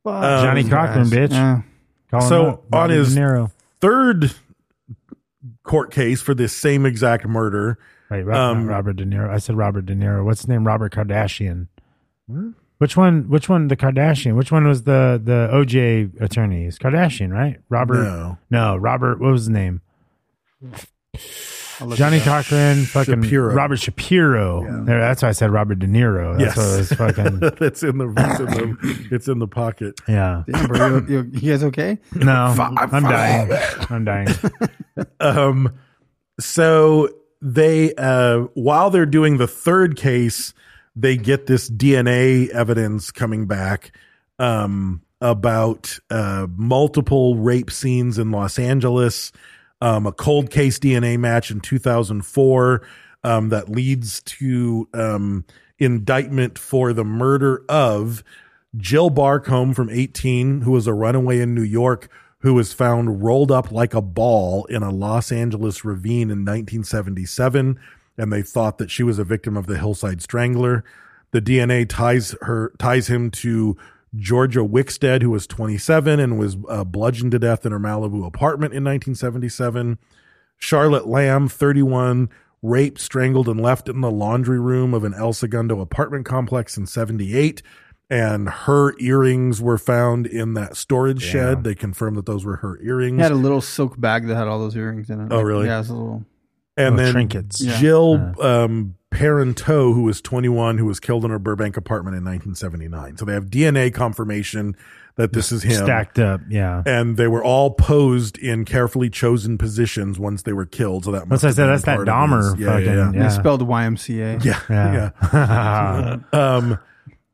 Johnny Cochran, bitch.
Yeah.
Call him
Uh, So
up.
on
Bobby
his-
De Niro.
Third court case for this same exact murder.
Wait, Robert,
Um,
not Robert De Niro. I said Robert De Niro. What's his name? Robert Kardashian.
Hmm?
Which one? Which one? The Kardashian. Which one was the the OJ attorney? It's Kardashian, right? Robert.
No.
no, Robert. What was his name? Johnny Cochran. Fucking
Shapiro.
Robert Shapiro. There, that's why I said Robert De Niro. That's what it was
yes.
fucking.
it's in the it's in the it's in the pocket.
yeah.
Damn, bro, you, you, you guys okay?
No, I'm dying. I'm dying.
Um, so they, uh, while they're doing the third case, they get this DNA evidence coming back um, about uh, multiple rape scenes in Los Angeles, um, a cold case DNA match in 2004 um, that leads to um, indictment for the murder of Jill Barcombe from 18, who was a runaway in New York, who was found rolled up like a ball in a Los Angeles ravine in 1977. And they thought that she was a victim of the hillside strangler. The DNA ties her, ties him to Georgia Wickstead, who was 27 and was uh, bludgeoned to death in her Malibu apartment in 1977. Charlotte Lamb, 31, raped, strangled, and left in the laundry room of an El Segundo apartment complex in 78. And her earrings were found in that storage shed. They confirmed that those were her earrings.
He had a little silk bag that had all those earrings in it.
Oh, really?
Yeah, it's a little.
and
Little
then
trinkets. Yeah.
Jill
Uh-huh.
um, Parenteau, who was 21, who was killed in her Burbank apartment in 1979. So they have DNA confirmation that this is him.
Stacked up. Yeah.
And they were all posed in carefully chosen positions once they were killed. So that must
That's what I
have
said.
been
That's
part
that
of
Dahmer.
his- Yeah, yeah,
fucking,
yeah.
and They spelled YMCA.
Yeah.
Yeah.
Um,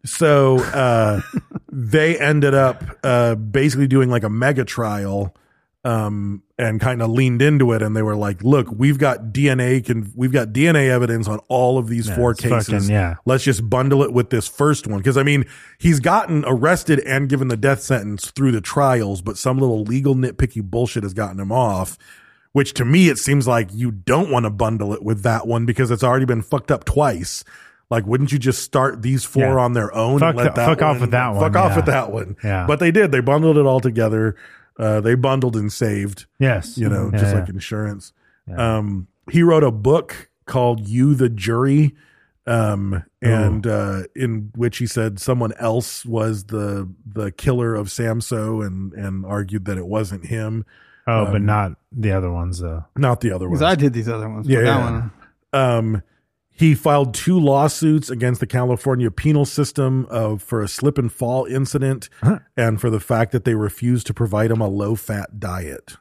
so uh, they ended up uh, basically doing like a mega trial um, and kind of leaned into it. And they were like, look, we've got DNA, can, we've got DNA evidence on all of these
Yeah,
four
it's
cases.
fucking- yeah.
Let's just bundle it with this first one. Cause I mean, he's gotten arrested and given the death sentence through the trials, but some little legal nitpicky bullshit has gotten him off. Which to me, it seems like you don't want to bundle it with that one because it's already been fucked up twice. Like, wouldn't you just start these four
Yeah.
on their own?
Fuck
and let
the-
that
fuck off with that one,
Fuck off
yeah.
with that one.
Yeah.
But they did. They bundled it all together. Uh, they bundled and saved.
Yes.
You know,
Yeah,
just
yeah.
like insurance. Um, he wrote a book called You the Jury. Um, and uh, in which he said someone else was the the killer of Samso and and argued that it wasn't him,
Oh, but
Um,
not the other ones though.
not the other one.
Because I did these other ones.
Yeah,
but that
yeah.
one.
um, he filed two lawsuits against the California penal system uh, for a slip and fall incident and for the fact that they refused to provide him a low fat diet.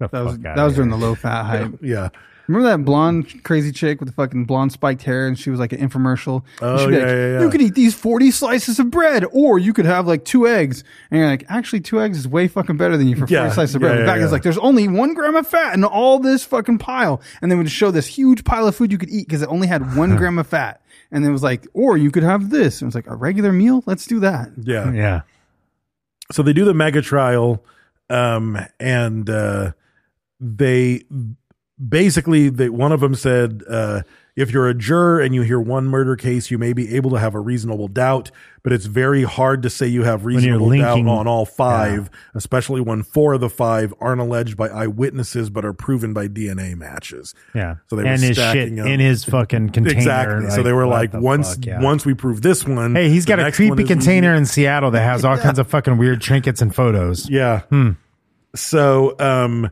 The
That was
fuck outta
that was during the
here.
low fat hype.
Yeah.
Remember that blonde crazy chick with the fucking blonde spiked hair, and she was like an infomercial.
Oh,
She'd be
yeah,
like,
yeah, yeah.
You could eat these forty slices of bread, or you could have like two eggs. And you're like, actually, two eggs is way fucking better than you for
Yeah,
forty slices of
yeah,
bread.
yeah,
Back
yeah.
is like, there's only one gram of fat in all this fucking pile, and they would show this huge pile of food you could eat because it only had one gram of fat. And it was like, or you could have this. And it was like a regular meal. Let's do that.
Yeah.
Yeah.
so they do the mega trial um and uh they basically they one of them said uh if you're a juror and you hear one murder case you may be able to have a reasonable doubt but it's very hard to say you have
you're
reasonable
linking-
doubt on all five especially when four of the five aren't alleged by eyewitnesses but are proven by dna matches
Yeah.
so they
and
were
his
stacking
shit
up.
in his fucking container.
exactly so they were
what
like
the
once
fuck, yeah.
once we prove this one
Hey, he's
the
got a
next one
creepy
is easy.
container in Seattle that has all kinds of fucking weird trinkets and photos.
Yeah.
Hmm.
So um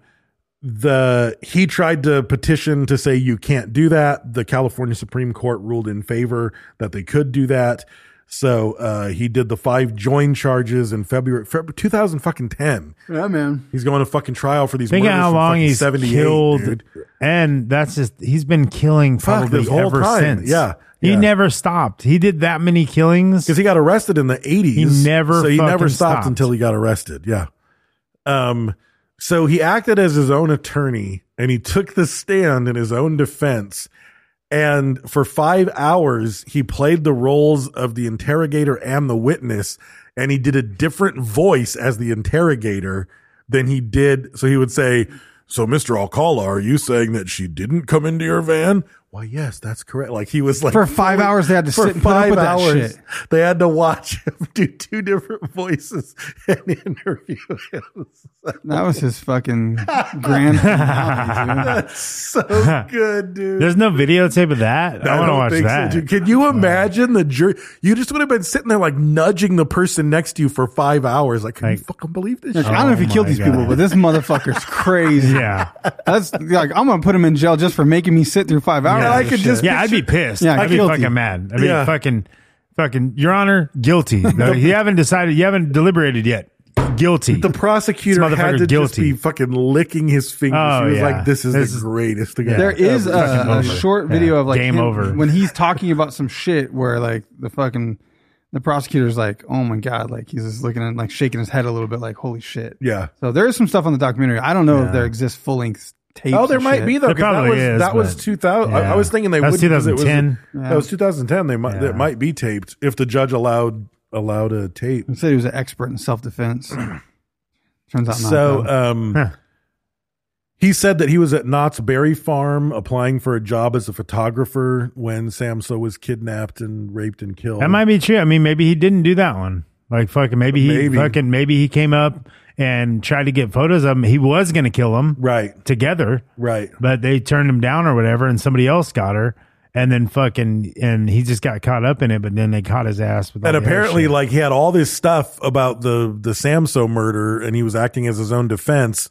the he tried to petition to say you can't do that. The California Supreme Court ruled in favor that they could do that. So uh he did the five join charges in February, February 2000 fucking 10.
Yeah, man.
He's going to fucking trial for these
Think of
murders
how
from
long
fucking
he's
78,
killed,
dude.
and that's just—he's been killing
Fuck,
probably
this whole
ever
time.
since.
Yeah,
he
yeah.
never stopped. He did that many killings.
because he got arrested in the 80s.
He never
so he
fucking
never stopped,
stopped.
until he got arrested. Yeah. Um so he acted as his own attorney and he took the stand in his own defense and for 5 hours he played the roles of the interrogator and the witness and he did a different voice as the interrogator than he did so he would say so Mr. Alcala are you saying that she didn't come into your van? Why yes, that's correct. Like he was like
For five hours, they had to
for
sit and put up
five
with that
hours.
shit.
They had to watch him do two different voices and interview him.
That was his fucking grand. finale, dude.
That's so good, dude.
There's no videotape of that. I, want to
don't
watch
think so,
that.
dude. Can you imagine the jury? You just would have been sitting there like nudging the person next to you for five hours. Like, can you
Like-
fucking believe this?
Like,
shit?
I don't know if he
Oh
killed
my
these
God.
people, but this motherfucker's crazy.
yeah,
That's like I'm gonna put him in jail just for making me sit through five hours.
Yeah,
of
I
this
could
shit.
just-
yeah. I'd be pissed.
Yeah,
I'd be
guilty.
fucking mad. I'd be
Yeah.
fucking, fucking. Your Honor, guilty. No, you haven't decided. You haven't deliberated yet. Guilty.
The prosecutor
This
had
motherfucker's
to just
guilty.
be fucking licking his fingers.
Oh,
he was
yeah.
like, "This is
This
the
is-
greatest thing." I've
There is
ever
a,
Fucking
a
over.
short
Yeah.
video of like
Game
him-
over.
when he's talking about some shit where like the fucking the prosecutor's like, oh my god, like he's just looking at like shaking his head a little bit, like holy shit.
Yeah.
So there is some stuff on the documentary. I don't know if there exists full length tapes.
Oh, there
and
might
shit.
be though.
There
'cause that
probably
was,
is,
That was
but-
2000. I, I was thinking they
That was
wouldn't 'cause it
2010.
was,
Yeah.
That was 2010. They might
Yeah.
that might be taped if the judge allowed allowed a tape.
He said he was an expert in self defense. Turns out not.
So
though.
um,
Huh.
he said that he was at Knott's Berry Farm applying for a job as a photographer when Samso was kidnapped and raped and killed.
That might be true. I mean, maybe he didn't do that one. Like fucking, maybe he
Maybe.
fucking, maybe he came up and tried to get photos of him. He was gonna kill him
right?
together,
Right.
but they turned him down or whatever, and somebody else got her, and then fucking, and he just got caught up in it. But then they caught his ass. With all
And
the other
apparently,
shit.
like he had all this stuff about the the Samso murder, and he was acting as his own defense,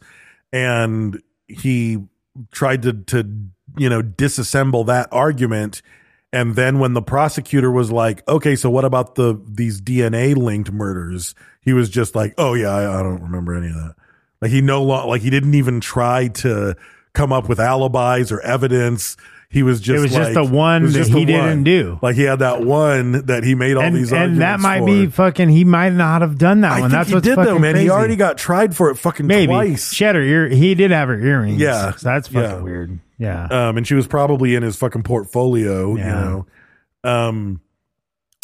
and he tried to to you know disassemble that argument. And then when the prosecutor was like, "Okay, so what about the these DNA linked murders?" He was just like, "Oh yeah, I, I don't remember any of that." Like he no longer like he didn't even try to come up with alibis or evidence. He was just
It was just
like-
the one
it was
that
just
he
the
didn't
one.
do.
Like he had that one that he made all
and,
these
and that
arguments
might
for.
be fucking. He might not have done that
I
one.
think
That's
he
what's
did
fucking
though, man.
Crazy.
He already got tried for it fucking
maybe
twice.
she had her ear. He did have her earrings.
Yeah.
so that's fucking
Yeah.
weird. Yeah,
Um, and she was probably in his fucking portfolio,
Yeah.
you know. Um,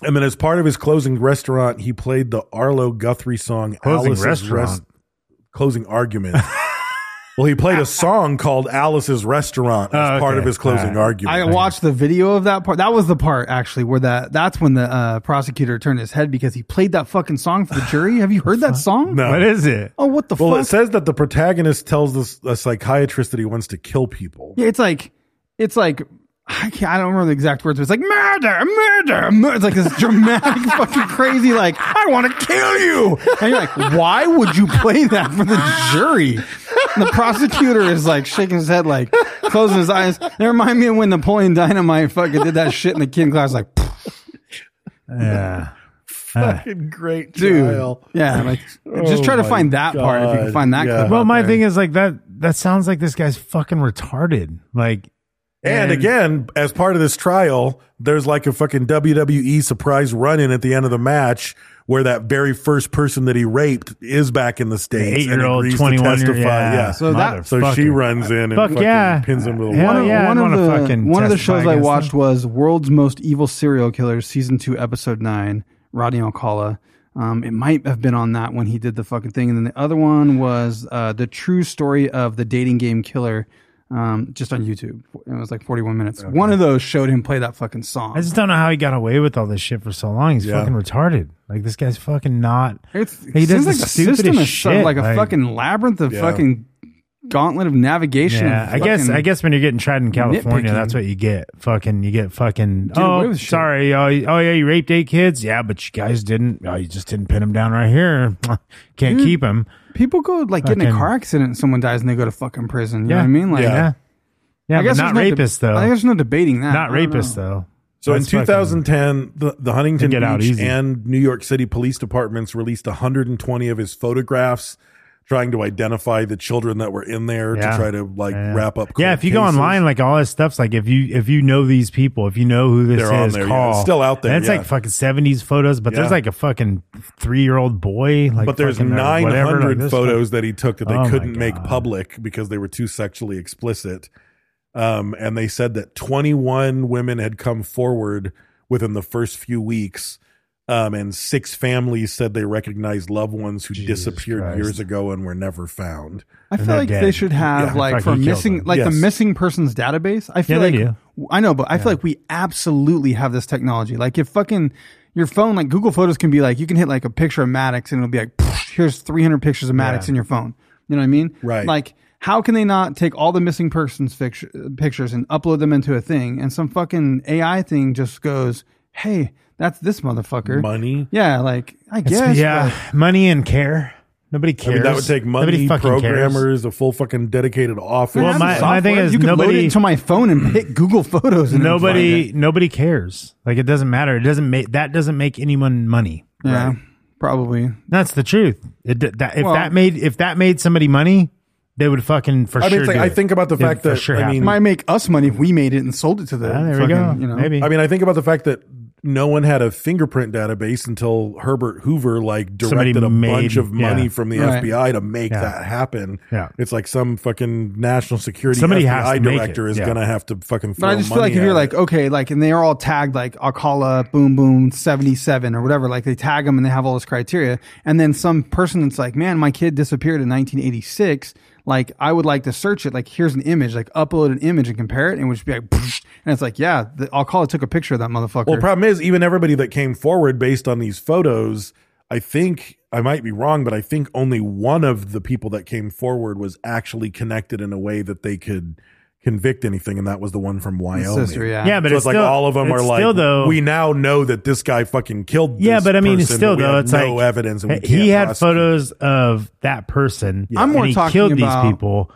and then as part of his closing restaurant, he played the Arlo Guthrie song
Closing
Alice's
restaurant?
Rest- closing argument. Well, he played a song called Alice's Restaurant as
Oh,
part
okay.
of his closing
All right.
argument.
I watched the video of that part. That was the part actually where that that's when the uh, prosecutor turned his head because he played that fucking song for the jury. Have you heard that song?
No.
Oh, what the
well,
fuck?
it says that the protagonist tells this, a psychiatrist that he wants to kill people.
Yeah, it's like it's like I can't. I don't remember the exact words, but it's like murder, murder, murder. It's like this dramatic, fucking crazy. Like I want to kill you, and you're like, why would you play that for the jury? And the prosecutor is like shaking his head, like closing his eyes. They remind me of when Napoleon Dynamite fucking did that shit in the kid class, like.
Yeah. Uh,
Fucking great
Dude,
trial.
yeah, like, just
Oh
try to
my
find that part if you can
God,
find that.
yeah.
Clip
well,
out
my
there.
thing is like that. That sounds like this guy's fucking retarded. Like,
And, again, as part of this trial, there's like a fucking WWE surprise run in at the end of the match where that very first person that he raped is back in the States. and
eight-year-old,
agrees to
21-year-old,
testify.
yeah.
So, that, so she
Motherfucker.
runs in and
Fuck
fucking
yeah.
pins him to the
Hell
wall.
One of-
yeah,
one
I'd
of
wanna
the
fucking
one of the
testify
shows I
against
watched was World's Most Evil Serial Killers, season two, episode nine. Rodney Alcala. Um, it might have been on that when he did the fucking thing, and then the other one was uh, the true story of the dating game killer. Um, just on YouTube, it was like 41 minutes. One of those showed him play that fucking song.
I just don't know how he got away with all this shit for so long. He's
Yeah.
fucking retarded. Like this guy's fucking not.
It's,
he does
seems
the
like the
stupidest
system is so-
shit.
like a fucking labyrinth of
Yeah.
fucking gauntlet of navigation.
Yeah,
of
I guess
fucking-
I guess when you're getting tried in California,
nitpicking.
that's what you get. Fucking, you get fucking.
Dude, away
oh,
with
sorry. Oh, you- oh, yeah, you raped eight kids. Yeah, but you guys didn't. Oh, you just didn't pin him down right here. Can't
Dude,
keep him.
People go like get in a
Fucking-
car accident and someone dies and they go to fucking prison. You
Yeah.
know what I mean? Like,
Yeah. Yeah. Yeah, but
there's
not
no de-
rapists, though.
I guess there's no debating that.
Not
I don't
rapists,
know.
though.
So in
That's fucking-
2010, the, the Huntington
They get out
Beach
easy.
and New York City police departments released 120 of his photographs, trying to identify the children that were in there
Yeah.
to try to like wrap up.
Yeah,
cold
if you go
cases.
online, like all this stuff's like if you if you know these people, if you know who this
They're on
is,
there, yeah.
call.
It's still out there,
And it's
yeah.
like fucking seventies photos, but there's
Yeah.
like a fucking three year old boy. Like,
but there's
fucking, or
900
whatever, like, this
photos
fucking-
that he took that they
Oh my
couldn't make public because they were too sexually explicit. Um, and they said that 21 women had come forward within the first few weeks. Um, and six families said they recognized loved ones who disappeared
Christ.
years ago and were never found.
I feel like they should have like for missing, like the
Yes.
missing persons database. I feel
Yeah,
like
they
I know, but I feel like we absolutely have this technology. Like if fucking your phone, like Google Photos, can be like you can hit like a picture of Maddox and it'll be like "Psh, here's 300 pictures of Maddox
Yeah.
in your phone. You know what I mean?
Right.
Like how can they not take all the missing persons picture, pictures and upload them into a thing, and some fucking AI thing just goes, hey, that's this motherfucker.
Money.
Yeah, like I
It's-
guess.
yeah,
but-
money and care. Nobody cares.
I mean, that would take
Nobody
money,
fucking cares.
programmers, a full fucking dedicated office.
Well, my- my thing is
you can load
nobody-
it into my phone and hit Google Photos. And
Nobody, nobody cares. Like it doesn't matter. It doesn't make that doesn't make anyone money.
Yeah, probably.
That's the truth. It, d- that, if
Well-
that made if that made somebody money, they would fucking for
I mean,
sure.
it's like,
do
I
it.
think about the
It would
fact
for
that-
sure
I
happen.
mean-
might make us money if we made it and sold it to them.
Ah, there we go.
Fucking, You know,
Maybe.
I mean, I think about the fact that no one had a fingerprint database until Herbert Hoover like
Somebody
directed a
made-
bunch of money
yeah.
from the
Right.
FBI to make
Yeah.
that happen.
Yeah.
It's like some fucking national security
Somebody has
FBI
to make
director
it,
is
yeah.
gonna have to fucking throw
But I just feel
money
like if
at
you're
it.
like, okay, like, and they are all tagged like Alcala, Boom Boom, 77 or whatever, like they tag them and they have all this criteria. And then some person that's like, man, my kid disappeared in 1986. Like, I would like to search it. Like, here's an image, like, upload an image and compare it. And it would just be like, "Psh," and it's like, yeah, the Alcala took a picture of that motherfucker.
Well, problem is, even everybody that came forward based on these photos, I think I might be wrong, but I think only one of the people that came forward was actually connected in a way that they could convict anything, and that was the one from Wyoming.
sister, yeah.
Yeah, but
So
it's
it's, like
still-
all of them
it's
are like,
still though-
we now know that this guy fucking killed. This
yeah, but I mean, it's
person,
still
but we
though.
have
It's
no
like
evidence. And we
he
can't
had
prosecute.
photos of that person.
I'm more
and he
talking
killed
about-
these people.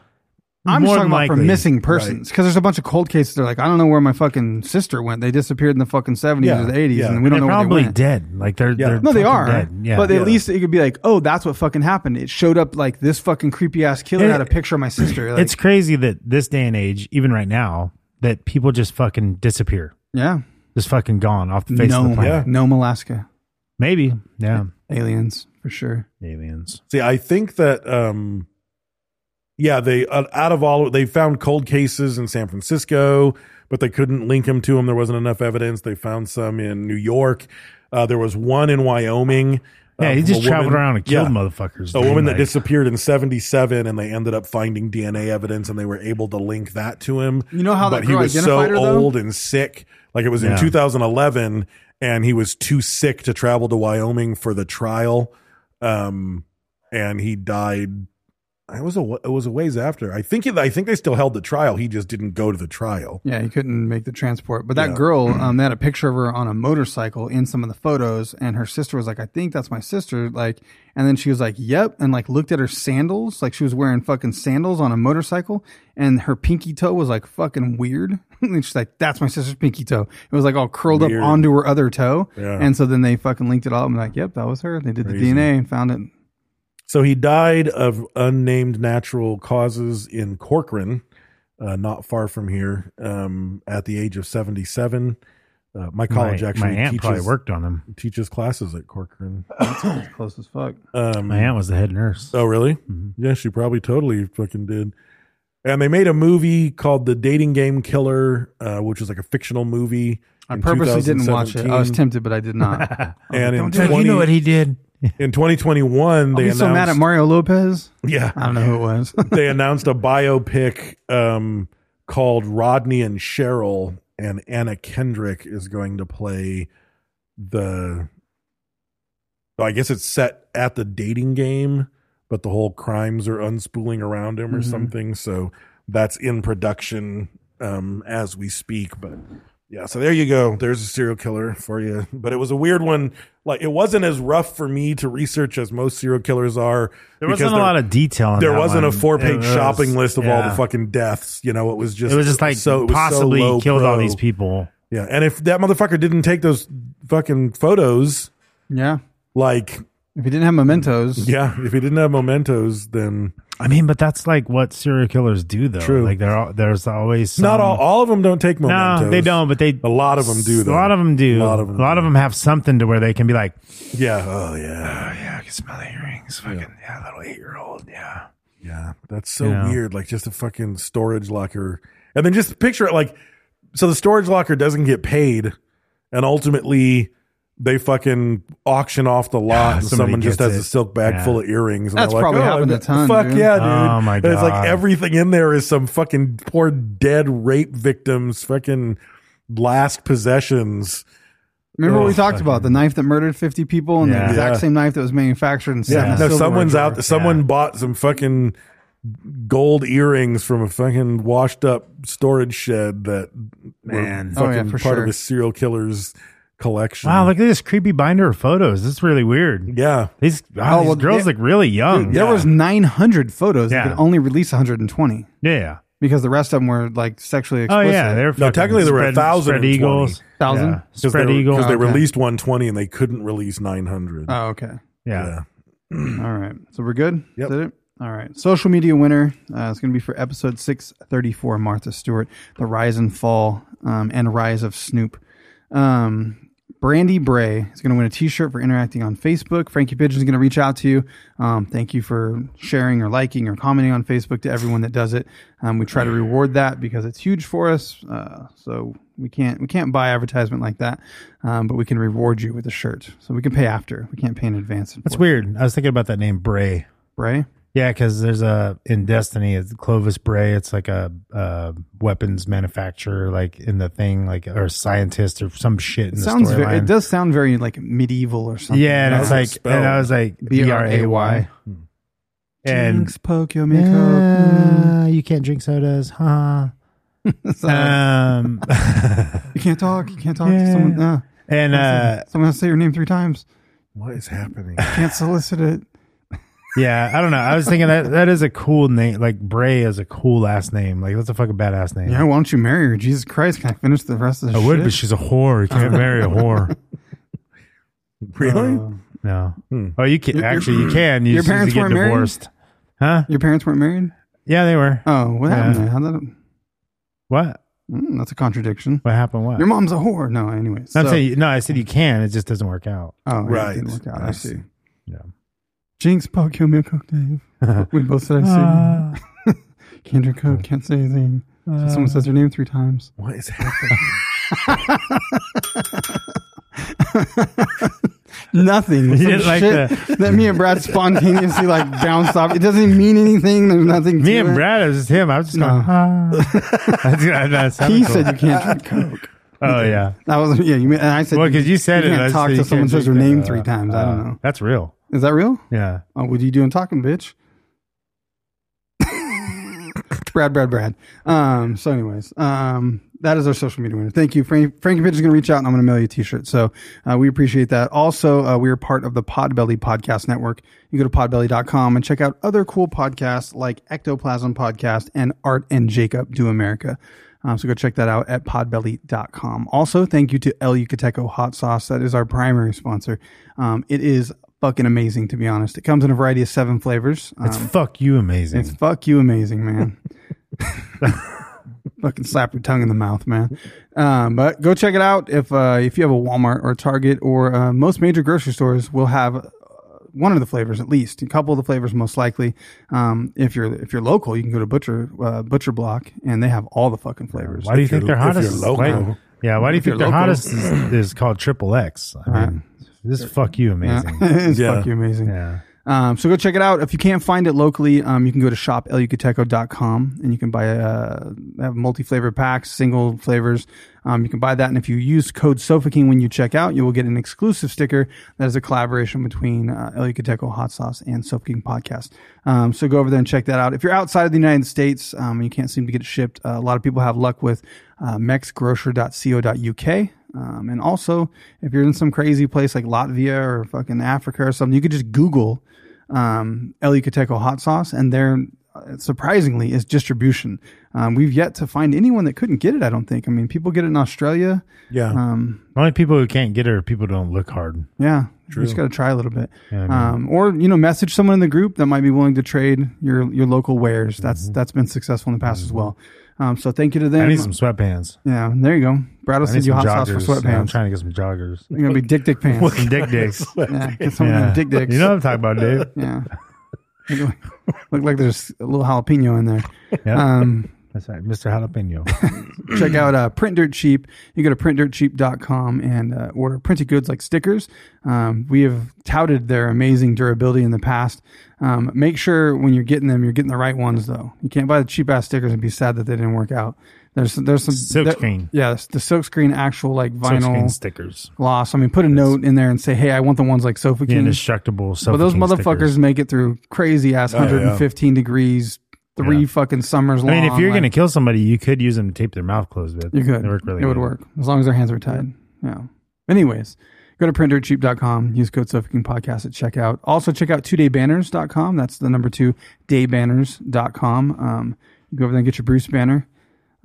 I'm just
more
talking
than
about for
likely.
missing persons because there's a bunch of cold cases. They're like, I don't know where my fucking sister went. They disappeared in the fucking 70s
Yeah,
or the 80s,
yeah.
and we don't
They're
know where
probably
they went.
dead. Like they're,
Yeah.
they're
no, they
fucking
are.
dead. Yeah,
But at
Yeah.
least it could be like, oh, that's what fucking happened. It showed up like this fucking creepy ass killer
It-
had a picture of my sister. Like,
it's crazy that this day and age, even right now, that people just fucking disappear.
yeah,
Just fucking gone off the face of the
Nome,
planet.
Nome, Alaska,
Maybe. Yeah.
aliens for sure.
Aliens.
See, I think that, um, yeah, they uh, out of all they found cold cases in San Francisco, but they couldn't link them to them. There wasn't enough evidence. They found some in New York. Uh, there was one in Wyoming
Yeah, he
of
just
a
traveled around and killed motherfuckers,
A
dude,
woman that
like-
disappeared in 77 and they ended up finding DNA evidence and they were able to link that to him.
You know how that
but he
girl
was so
identified her, though?
old and sick. Like it was
Yeah.
in 2011 and he was too sick to travel to Wyoming for the trial. Um, and he died. It was a wa- it was a ways after. I think it, I think they still held the trial. He just didn't go to the trial.
Yeah, he couldn't make the transport. But that
Yeah.
girl, um, they had a picture of her on a motorcycle in some of the photos, and her sister was like, "I think that's my sister." Like, and then she was like, "Yep," and like looked at her sandals, like she was wearing fucking sandals on a motorcycle, and her pinky toe was like fucking weird. and she's like, "That's my sister's pinky toe." It was like all curled
Weird.
up onto her other toe,
Yeah.
and so then they fucking linked it all up and like, "Yep, that was her." They did
Crazy.
the DNA and found it.
So he died of unnamed natural causes in Corcoran, uh, not far from here, um, at the age of 77. Uh, my college
my,
actually
my aunt probably
teaches-
worked on him.
teaches classes at Corcoran.
Close as fuck.
Um,
My aunt was the head nurse.
Oh, really?
Mm-hmm.
Yeah, she probably totally fucking did. And they made a movie called The Dating Game Killer, uh, which is like a fictional movie.
I
in
purposely didn't watch it. I was
2017.
tempted, but I did not.
And in,
Dude, you
20
know what he did?
in 2021, they
I'll be
announced
so mad at Mario Lopez.
Yeah,
I don't know who it was.
they announced a biopic um, called Rodney and Cheryl, and Anna Kendrick is going to play the. I guess it's set at the dating game, but the whole crimes are unspooling around him or
Mm-hmm.
something. So that's in production um, as we speak. But yeah, so there you go. There's a serial killer for you. But it was a weird one. Like it wasn't as rough for me to research as most serial killers are.
There
because
wasn't a
they're-
lot of detail. On
there
that
wasn't a
one.
four page
It was-
shopping list of all
yeah.
the fucking deaths. You know, it was just
It was just like
it was
possibly
low
killed all
pro.
these people.
Yeah, and if that motherfucker didn't take those fucking photos,
yeah.
like
If he didn't have mementos,
yeah, if he didn't have mementos, then
I mean, but that's like what serial killers do, though.
True.
Like there, are- there's always some,
not all all of them don't take mementos.
No, they don't. But they
a lot of them do.
A
Though.
lot of them
A
do.
lot of them.
A lot of them have something to where they can be like,
Yeah. Oh yeah.
yeah, I can smell the earrings. Fucking yeah, little eight year old. Yeah.
Yeah, that's so
You know?
weird. Like just a fucking storage locker, and then just picture it like so the storage locker doesn't get paid, and ultimately they fucking auction off the lot, and
Somebody
someone just
gets
has
it.
a silk bag
Yeah.
full of earrings. And
That's
they're
probably
like,
happened
I
a
bet-
ton,
Fuck
dude.
yeah, dude!
Oh, my
And it's like
God.
everything in there is some fucking poor dead rape victims' fucking last possessions.
remember what we
Ugh,
talked about the knife that murdered fifty people and
Yeah.
the exact
Yeah.
same knife that was manufactured and sent
Yeah,
in a
no,
silverware
someone's
drawer.
out. Someone
Yeah.
bought some fucking gold earrings from a fucking washed up storage shed that
Man.
were
Oh,
fucking
yeah, for
part
sure.
of a serial killer's collection.
Wow, look at this creepy binder of photos. This is really weird.
yeah,
These, wow,
Oh,
these
well,
girls
yeah.
look really young.
There
Yeah.
was nine hundred photos.
Yeah.
They could only release one hundred and twenty
yeah. yeah.
because the rest of them were like sexually
Oh
explicit.
yeah, they're fucking
technically there were
spread-
1,020.
spread eagles,
1,000?
Yeah,
because
spread
they,
eagle.
because they
okay.
released 120 and they couldn't release 900.
Oh okay.
yeah.
All right. So we're good.
Yep.
Is that it? All right. Social media winner. Uh, it's going to be for episode six thirty four. Martha Stewart, the rise and fall um, and rise of Snoop. Um, Brandy Bray is going to win a T-shirt for interacting on Facebook. Frankie Pigeon is going to reach out to you. Um, thank you for sharing or liking or commenting on Facebook to everyone that does it. Um, we try to reward that because it's huge for us. Uh, so we can't we can't buy advertisement like that, um, but we can reward you with a shirt. So we can pay after. We can't pay in advance.
That's weird. I was thinking about that name Bray.
Bray.
Yeah, because there's a in Destiny, it's Clovis Bray. It's like a, uh weapons manufacturer, like in the thing, like or scientist or some shit. In
It
the
sounds very, it
storyline.
does sound very like medieval or something. "Oh,
Yeah, and
How's
it's
it
like,
spelled?
and I was like B R A Y, and
Jinx, poke your makeup. Mm.
uh, you can't drink sodas, huh? Uh,
It's like,
Um,
you can't talk. You can't talk to
yeah.
someone. Uh,
and uh,
someone has to say your name three times.
What is happening?
Can't solicit it.
yeah, I don't know. I was thinking that that is a cool name. Like Bray is a cool last name. Like that's a fucking badass name.
Yeah, why don't you marry her? Jesus Christ, can I finish the rest of the
I
shit?
would, but she's a whore. You can't marry a whore.
really?
Um,
No. Oh, you can actually. You can. You
Hmm. Your
just need to
parents
get
weren't married?
divorced. Huh?
Your parents weren't married?
Yeah, they were.
Oh, what
Yeah.
happened? How that,
What?
mm, that's a contradiction.
What happened? What?
Your mom's a whore. No, anyway.
No, I'm
so-
saying- no, I said you can. It just doesn't work out.
Oh, right.
Right.
It didn't work out. I,
I
see.
see.
Yeah.
Jinx, poke, kill me, cook, Dave. we both said I
Ah.
see.
Uh,
can't drink coke, can't say anything. So someone says your name three times.
What is happening?
nothing.
You
Some
didn't like
shit that. me and Brad spontaneously like bounced off. It doesn't mean anything. There's nothing.
Me
to
and
it.
Brad, it was just him. I was just
No.
going, ah. That's- that- that sounded
He
cool.
said you can't drink coke.
Oh, yeah.
That was yeah. You mean, and I said
Well, 'cause you said it,
can't
I
talk
said you
to
can't
someone says their
drink
name
that.
three times. I
Uh,
don't know.
That's real.
Is that real?
Yeah.
Oh, what are you doing talking, bitch? Brad, Brad, Brad. Um, so, anyways, um, that is our social media winner. Thank you. Frank, Frankie Pitch is going to reach out and I'm going to mail you a t shirt. So, uh, we appreciate that. Also, uh, we are part of the Podbelly Podcast Network. You go to podbelly.com and check out other cool podcasts like Ectoplasm Podcast and Art and Jacob Do America. Um, so go check that out at podbelly.com. Also, thank you to El Yucateco Hot Sauce. That is our primary sponsor. Um, it is fucking amazing, to be honest. It comes in a variety of seven flavors.
It's
Um,
fuck you amazing.
it's fuck you amazing, man. Fucking slap your tongue in the mouth, man. Um, but go check it out. If uh, if you have a Walmart or a Target or uh, most major grocery stores will have uh, one of the flavors at least, a couple of the flavors most likely. Um, if you're if you're local, you can go to Butcher uh, Butcher Block and they have all the fucking flavors.
why do you
If
think
you're-
their
if
hottest?
you're local.
why- yeah, why do you
If you're
think their
local.
hottest is, is called Triple X? I mean, this is fuck you amazing.
it's
Yeah.
fuck you amazing.
Yeah.
Um, so go check it out. If you can't find it locally, um, you can go to shopelucateco.com and you can buy uh, they have multi-flavor packs, single flavors. Um, you can buy that, and if you use code SofaKing when you check out, you will get an exclusive sticker that is a collaboration between uh, El Yucateco Hot Sauce and SofaKing Podcast. Um, so go over there and check that out. If you're outside of the United States um, and you can't seem to get it shipped, uh, a lot of people have luck with uh, mexgrocer.co.uk. Um, and also, if you're in some crazy place like Latvia or fucking Africa or something, you could just Google um, El Yucateco hot sauce, and their uh, surprisingly is distribution. Um, we've yet to find anyone that couldn't get it. I don't think. I mean, people get it in Australia.
Yeah.
um,
Only people who can't get it are people who don't look hard.
Yeah, you just got to try a little bit,
I mean-
um, or you know, message someone in the group that might be willing to trade your your local wares. That's that's been successful in the past as well. Um, so thank you to them.
Mm-hmm. I need some sweatpants.
yeah, there you go. Brad will
I need
send you
some
hot
joggers.
sauce for
Yeah, I'm
sweatpants.
trying to get some joggers.
You're gonna be dick dick pants.
Some dick dicks.
yeah, get some of them dick dicks.
You know what I'm talking about, Dave.
Yeah. Look like there's a little jalapeno in there.
Yeah.
Um,
That's right. Mr. Jalapeno.
check out uh, Print Dirt Cheap. You go to printdirtcheap.com and uh, order printed goods like stickers. Um, we have touted their amazing durability in the past. Um, make sure when you're getting them, you're getting the right ones, though. You can't buy the cheap ass stickers and be sad that they didn't work out. There's there's some there-
Silkscreen.
Yeah, it's the silkscreen actual like vinyl
Silkscreen stickers.
gloss. I mean, put a note in there and say, hey, I want the ones like Sofa
The
King.
indestructible.
but those
Suffocating
motherfuckers
stickers.
make it through crazy ass
Oh, yeah.
115 degrees, three
Yeah.
fucking summers
I
long.
mean, if you're
like-
gonna kill somebody, you could use them to tape their mouth closed. But
You could.
They work really.
it would
good.
work as long as their hands were tied. Yeah. Anyways, go to printercheap.com, use code Suffocating Podcast at checkout. Also, check out two daybanners.com. That's the number two, daybanners.com. Um, you go over there and get your Bruce banner.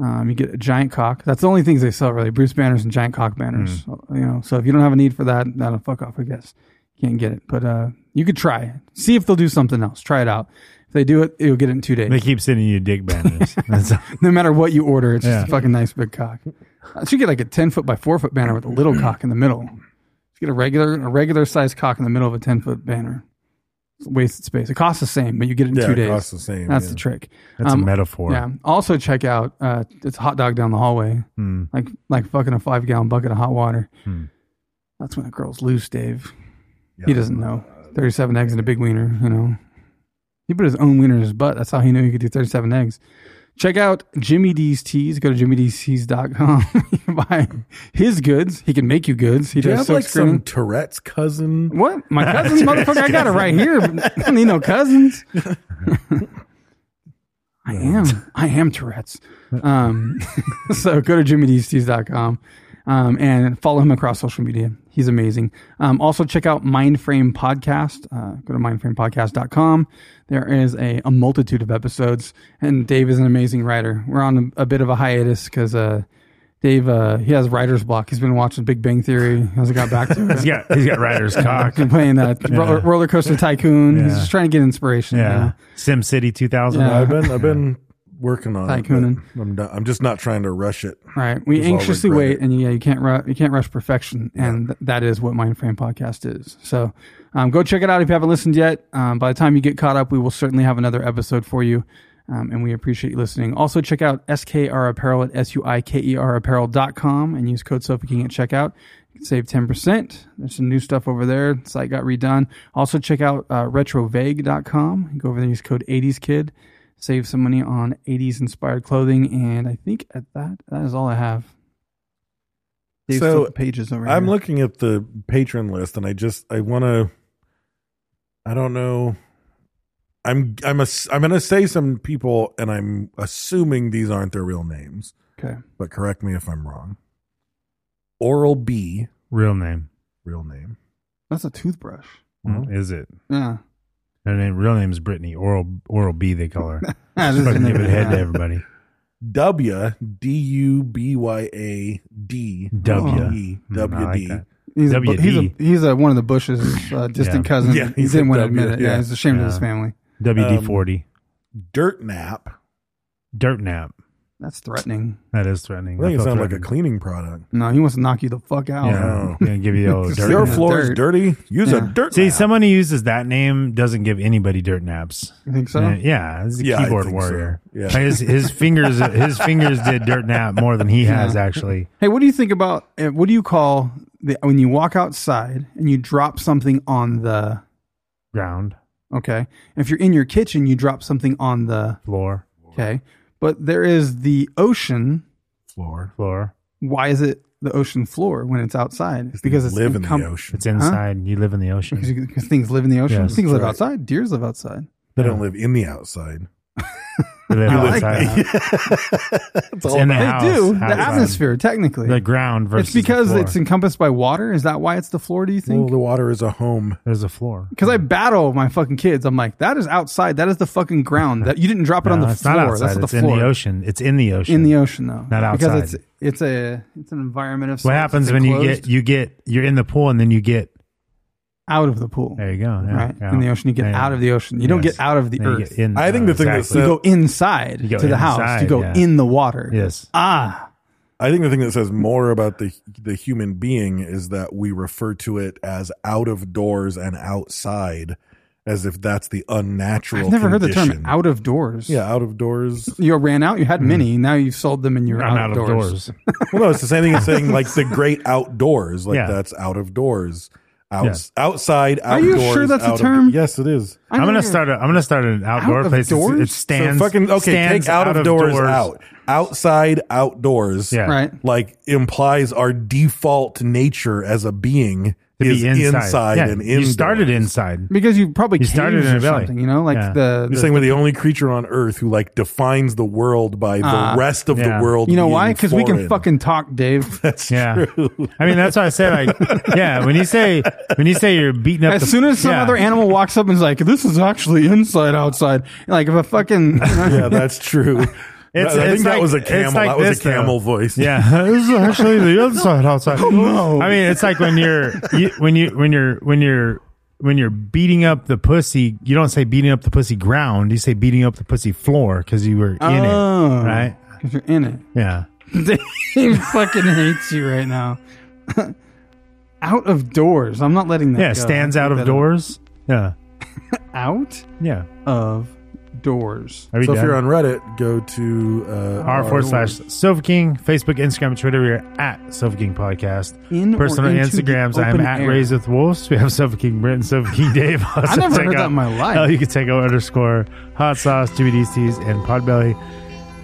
Um, you get a giant cock. That's the only things they sell, really Bruce banners and giant cock banners.
Hmm.
You know, so if you don't have a need for that, that'll fuck off, I guess. Can't get it, but uh, you could try. See if they'll do something else. Try it out. If they do it, you'll get it in two days
They keep sending you dick banners. That's
no matter what you order, it's
Yeah.
just a fucking nice big cock. I should get like a ten foot by four foot banner with a
Mm.
little cock in the middle. Just get a regular a regular sized cock in the middle of a ten foot banner. It's wasted space. It costs the same, but you get it in
Yeah,
two
it
days.
costs the same,
That's
yeah.
the trick.
that's
Um,
a metaphor.
Yeah. Also check out uh, it's hot dog down the hallway.
Hmm.
Like like fucking a five gallon bucket of hot water. That's when a girl's loose, Dave. He doesn't know. Thirty seven eggs and a big wiener, you know. He put his own wiener in his butt. That's how he knew he could do thirty seven eggs. Check out Jimmy D's Tees. Go to jimmydstees.com. you can buy his goods. He can make you goods. He
Do you
does
have
silk
like some
screening.
Tourette's cousin?
What? My cousin's motherfucker? I got it right here. I don't need no cousins. I am. I am Tourette's. Um, so go to jimmydstees.com um, and follow him across social media. He's amazing. Um, also check out Mindframe Podcast. Uh, go to mindframepodcast.com. There is a, a multitude of episodes and Dave is an amazing writer. We're on a, a bit of a hiatus because, uh, Dave, uh, he has writer's block. He's been watching Big Bang Theory. How's it got back to it?
He's got he's got Ryder's cock.
He's playing uh, Ro- roller coaster tycoon. He's
Yeah.
just trying to get inspiration. you
Yeah.
know?
Sim City 2000.
Yeah.
I've been I've been working on it.
Tycooning.
but I'm not, I'm just not trying to rush it.
Right. We
Just all
anxiously
regret
wait,
it.
and yeah, you can't ru- you can't rush perfection, and th- that is what Mindframe Podcast is. So, um, go check it out if you haven't listened yet. Um, by the time you get caught up, we will certainly have another episode for you. Um, and we appreciate you listening. Also, check out SKR Apparel at S-U-I-K-E-R Apparel.com and use code SOFAKING at checkout. You can save 10%. There's some new stuff over there. The site got redone. Also, check out uh, RetroVague.com. You go over there and use code 80s Kid. Save some money on 80s inspired clothing. And I think at that, that is all I have. Dave's flipping pages over
I'm
here.
looking at the patron list, and I just I want to. I don't know. I'm I'm a, I'm going to say some people, and I'm assuming these aren't their real names.
Okay.
but correct me if I'm wrong. Oral B,
Real name.
real name.
That's a toothbrush. Mm-hmm.
Is it?
Yeah.
Her name, real name is Brittany. Oral Oral B, they call her.
This
Just fucking
isn't
give it
even-
head to everybody.
W D U B Y A D
W.
E
Mm, I like
W D.
that.
He's a, bu-
WD.
he's a he's a one of the Bush's uh, distant
Yeah.
cousins.
Yeah,
he
he's
didn't
a
want to
W,
admit it. Yeah,
yeah.
it's a shame to his
Yeah.
family.
Um,
WD forty.
Dirt nap.
Dirt nap.
That's threatening.
That is threatening.
I think
That
it
felt
sounds like a
threatening.
cleaning product.
No, he wants to knock you the fuck out.
Yeah, Oh, yeah, give you the old dirt
Your
nap.
floor is
Dirt.
dirty. Use
Yeah.
a dirt.
See,
nap.
someone who uses that name doesn't give anybody dirt naps.
You think so?
Uh, yeah, he's a
Yeah, I
keyboard
think so.
warrior.
Yeah.
Like, his his fingers his fingers did dirt nap more than he has actually.
Hey, what do you think about uh, what do you call the, when you walk outside and you drop something on the
Ground
okay? If you're in your kitchen, you drop something on the
floor
okay. But there is the ocean.
floor.
floor.
Why is it the ocean floor when it's outside? Because it's
live in
encom-
the ocean.
It's inside. You live in the
Because
ocean.
you- because things live in the ocean.
Yes,
things live
right.
outside. Deers live outside.
They don't live in the outside.
You live
I like
outside.
it's all
in
about
the
They
house,
do. The
outside.
atmosphere, technically.
the ground versus
it's because
the floor.
it's encompassed by water. Is that why it's the floor? Do you
well,
think?
the water is a home.
there's a floor.
Because I battle my fucking kids. I'm like, that is outside. That is the fucking ground. That you didn't drop it on
No,
the
it's
floor.
not outside.
That's the
it's
floor.
in the ocean. It's in the ocean.
In the ocean, though.
Not
Because
outside.
it's it's a it's an environment of
What
sorts.
happens
It's
when you
enclosed
get you get you're in the pool and then you get
out of the pool.
there you go yeah,
right
yeah.
in the ocean, you get
Yeah.
out of the ocean. You don't
Yes.
get out of the
Then you
earth.
get in,
I think
uh,
the thing that's-
exactly.
you go inside
You go
to the house. You
inside,
go
yeah.
in the water.
yes
Ah,
I think the thing that says more about the the human being is that we refer to it as out of doors and outside, as if that's the unnatural.
I've never heard the term
condition.
out of doors.
Yeah, out of doors.
You ran out. You had many. Now you've sold them, and you're
Mm. I'm
out of doors.
Well, no, it's the same thing as saying like the great outdoors. Like
Yeah.
that's out of doors.
Yeah.
Outs Outside,
Are
outdoors.
you sure that's a
out of-
term?
yes, it is.
I
I'm
know
gonna
you're-
start. A, I'm gonna start an outdoor
Out of
place. It's- It
doors?
So
stands.
fucking okay.
stands
Take out, of doors,
doors.
out. Outside, outdoors.
Yeah.
Right.
Like implies our default nature as a being
To
is
be inside, Yeah,
and
you started
indoors.
inside.
because you probably
You
started
started in
or
a belly.
something, you know, like
Yeah.
the,
You're
the-
saying we're the only creature on Earth who like defines the world by the
Ah.
rest of
Yeah.
the world.
you know
being
why? Because we can
foreign.
fucking talk, Dave.
That's
Yeah,
true.
I mean that's why I said like, yeah. When you say when you say you're beating up,
As
the,
soon as some
yeah.
other animal walks up and is like, "This is actually inside outside," like if a fucking you know,
Yeah, that's true.
It's-
I think
it's
that
like-
was a
it's
camel.
like
that was
this,
a camel
though.
voice. Oh,
Yeah, this is actually the inside outside.
No.
I mean, it's like when you're you, when you when you're when you're when you're beating up the pussy. You don't say beating up the pussy ground. You say beating up the pussy floor because you were in
Oh.
it, right?
if you're in it,
Yeah.
Dave fucking hates you right now. out of doors, I'm not letting that.
Yeah,
go.
stands
I
out
think
of
that-
doors. Yeah,
Out
yeah.
of doors.
Are we
So if
done?
you're on Reddit, go to uh,
r
Oh.
forward slash Sofa King, Facebook, Instagram, Twitter. We are at Sofa King Podcast.
In or
Personal
into the
Instagrams, I am
open
at
air.
Raised with Wolves. We have Sofa King Brent and Sofa King Dave. Also
never
check
heard that in my life.
Oh, you can take out underscore hot sauce, GBDCs, and Podbelly.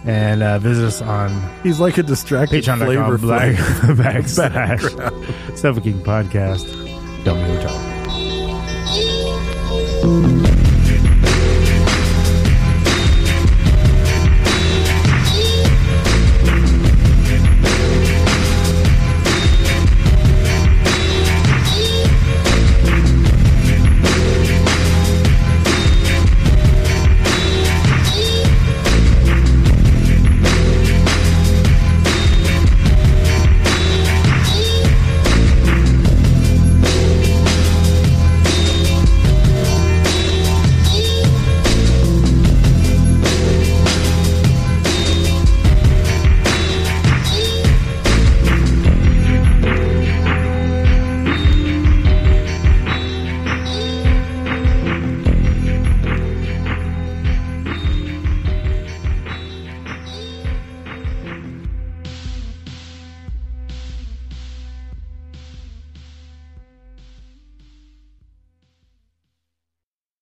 And uh, visit us on
He's like a distracted flavor
patreon.com black,
flag.
backslash Sofa King Podcast. Don't be retarded.
Thank you.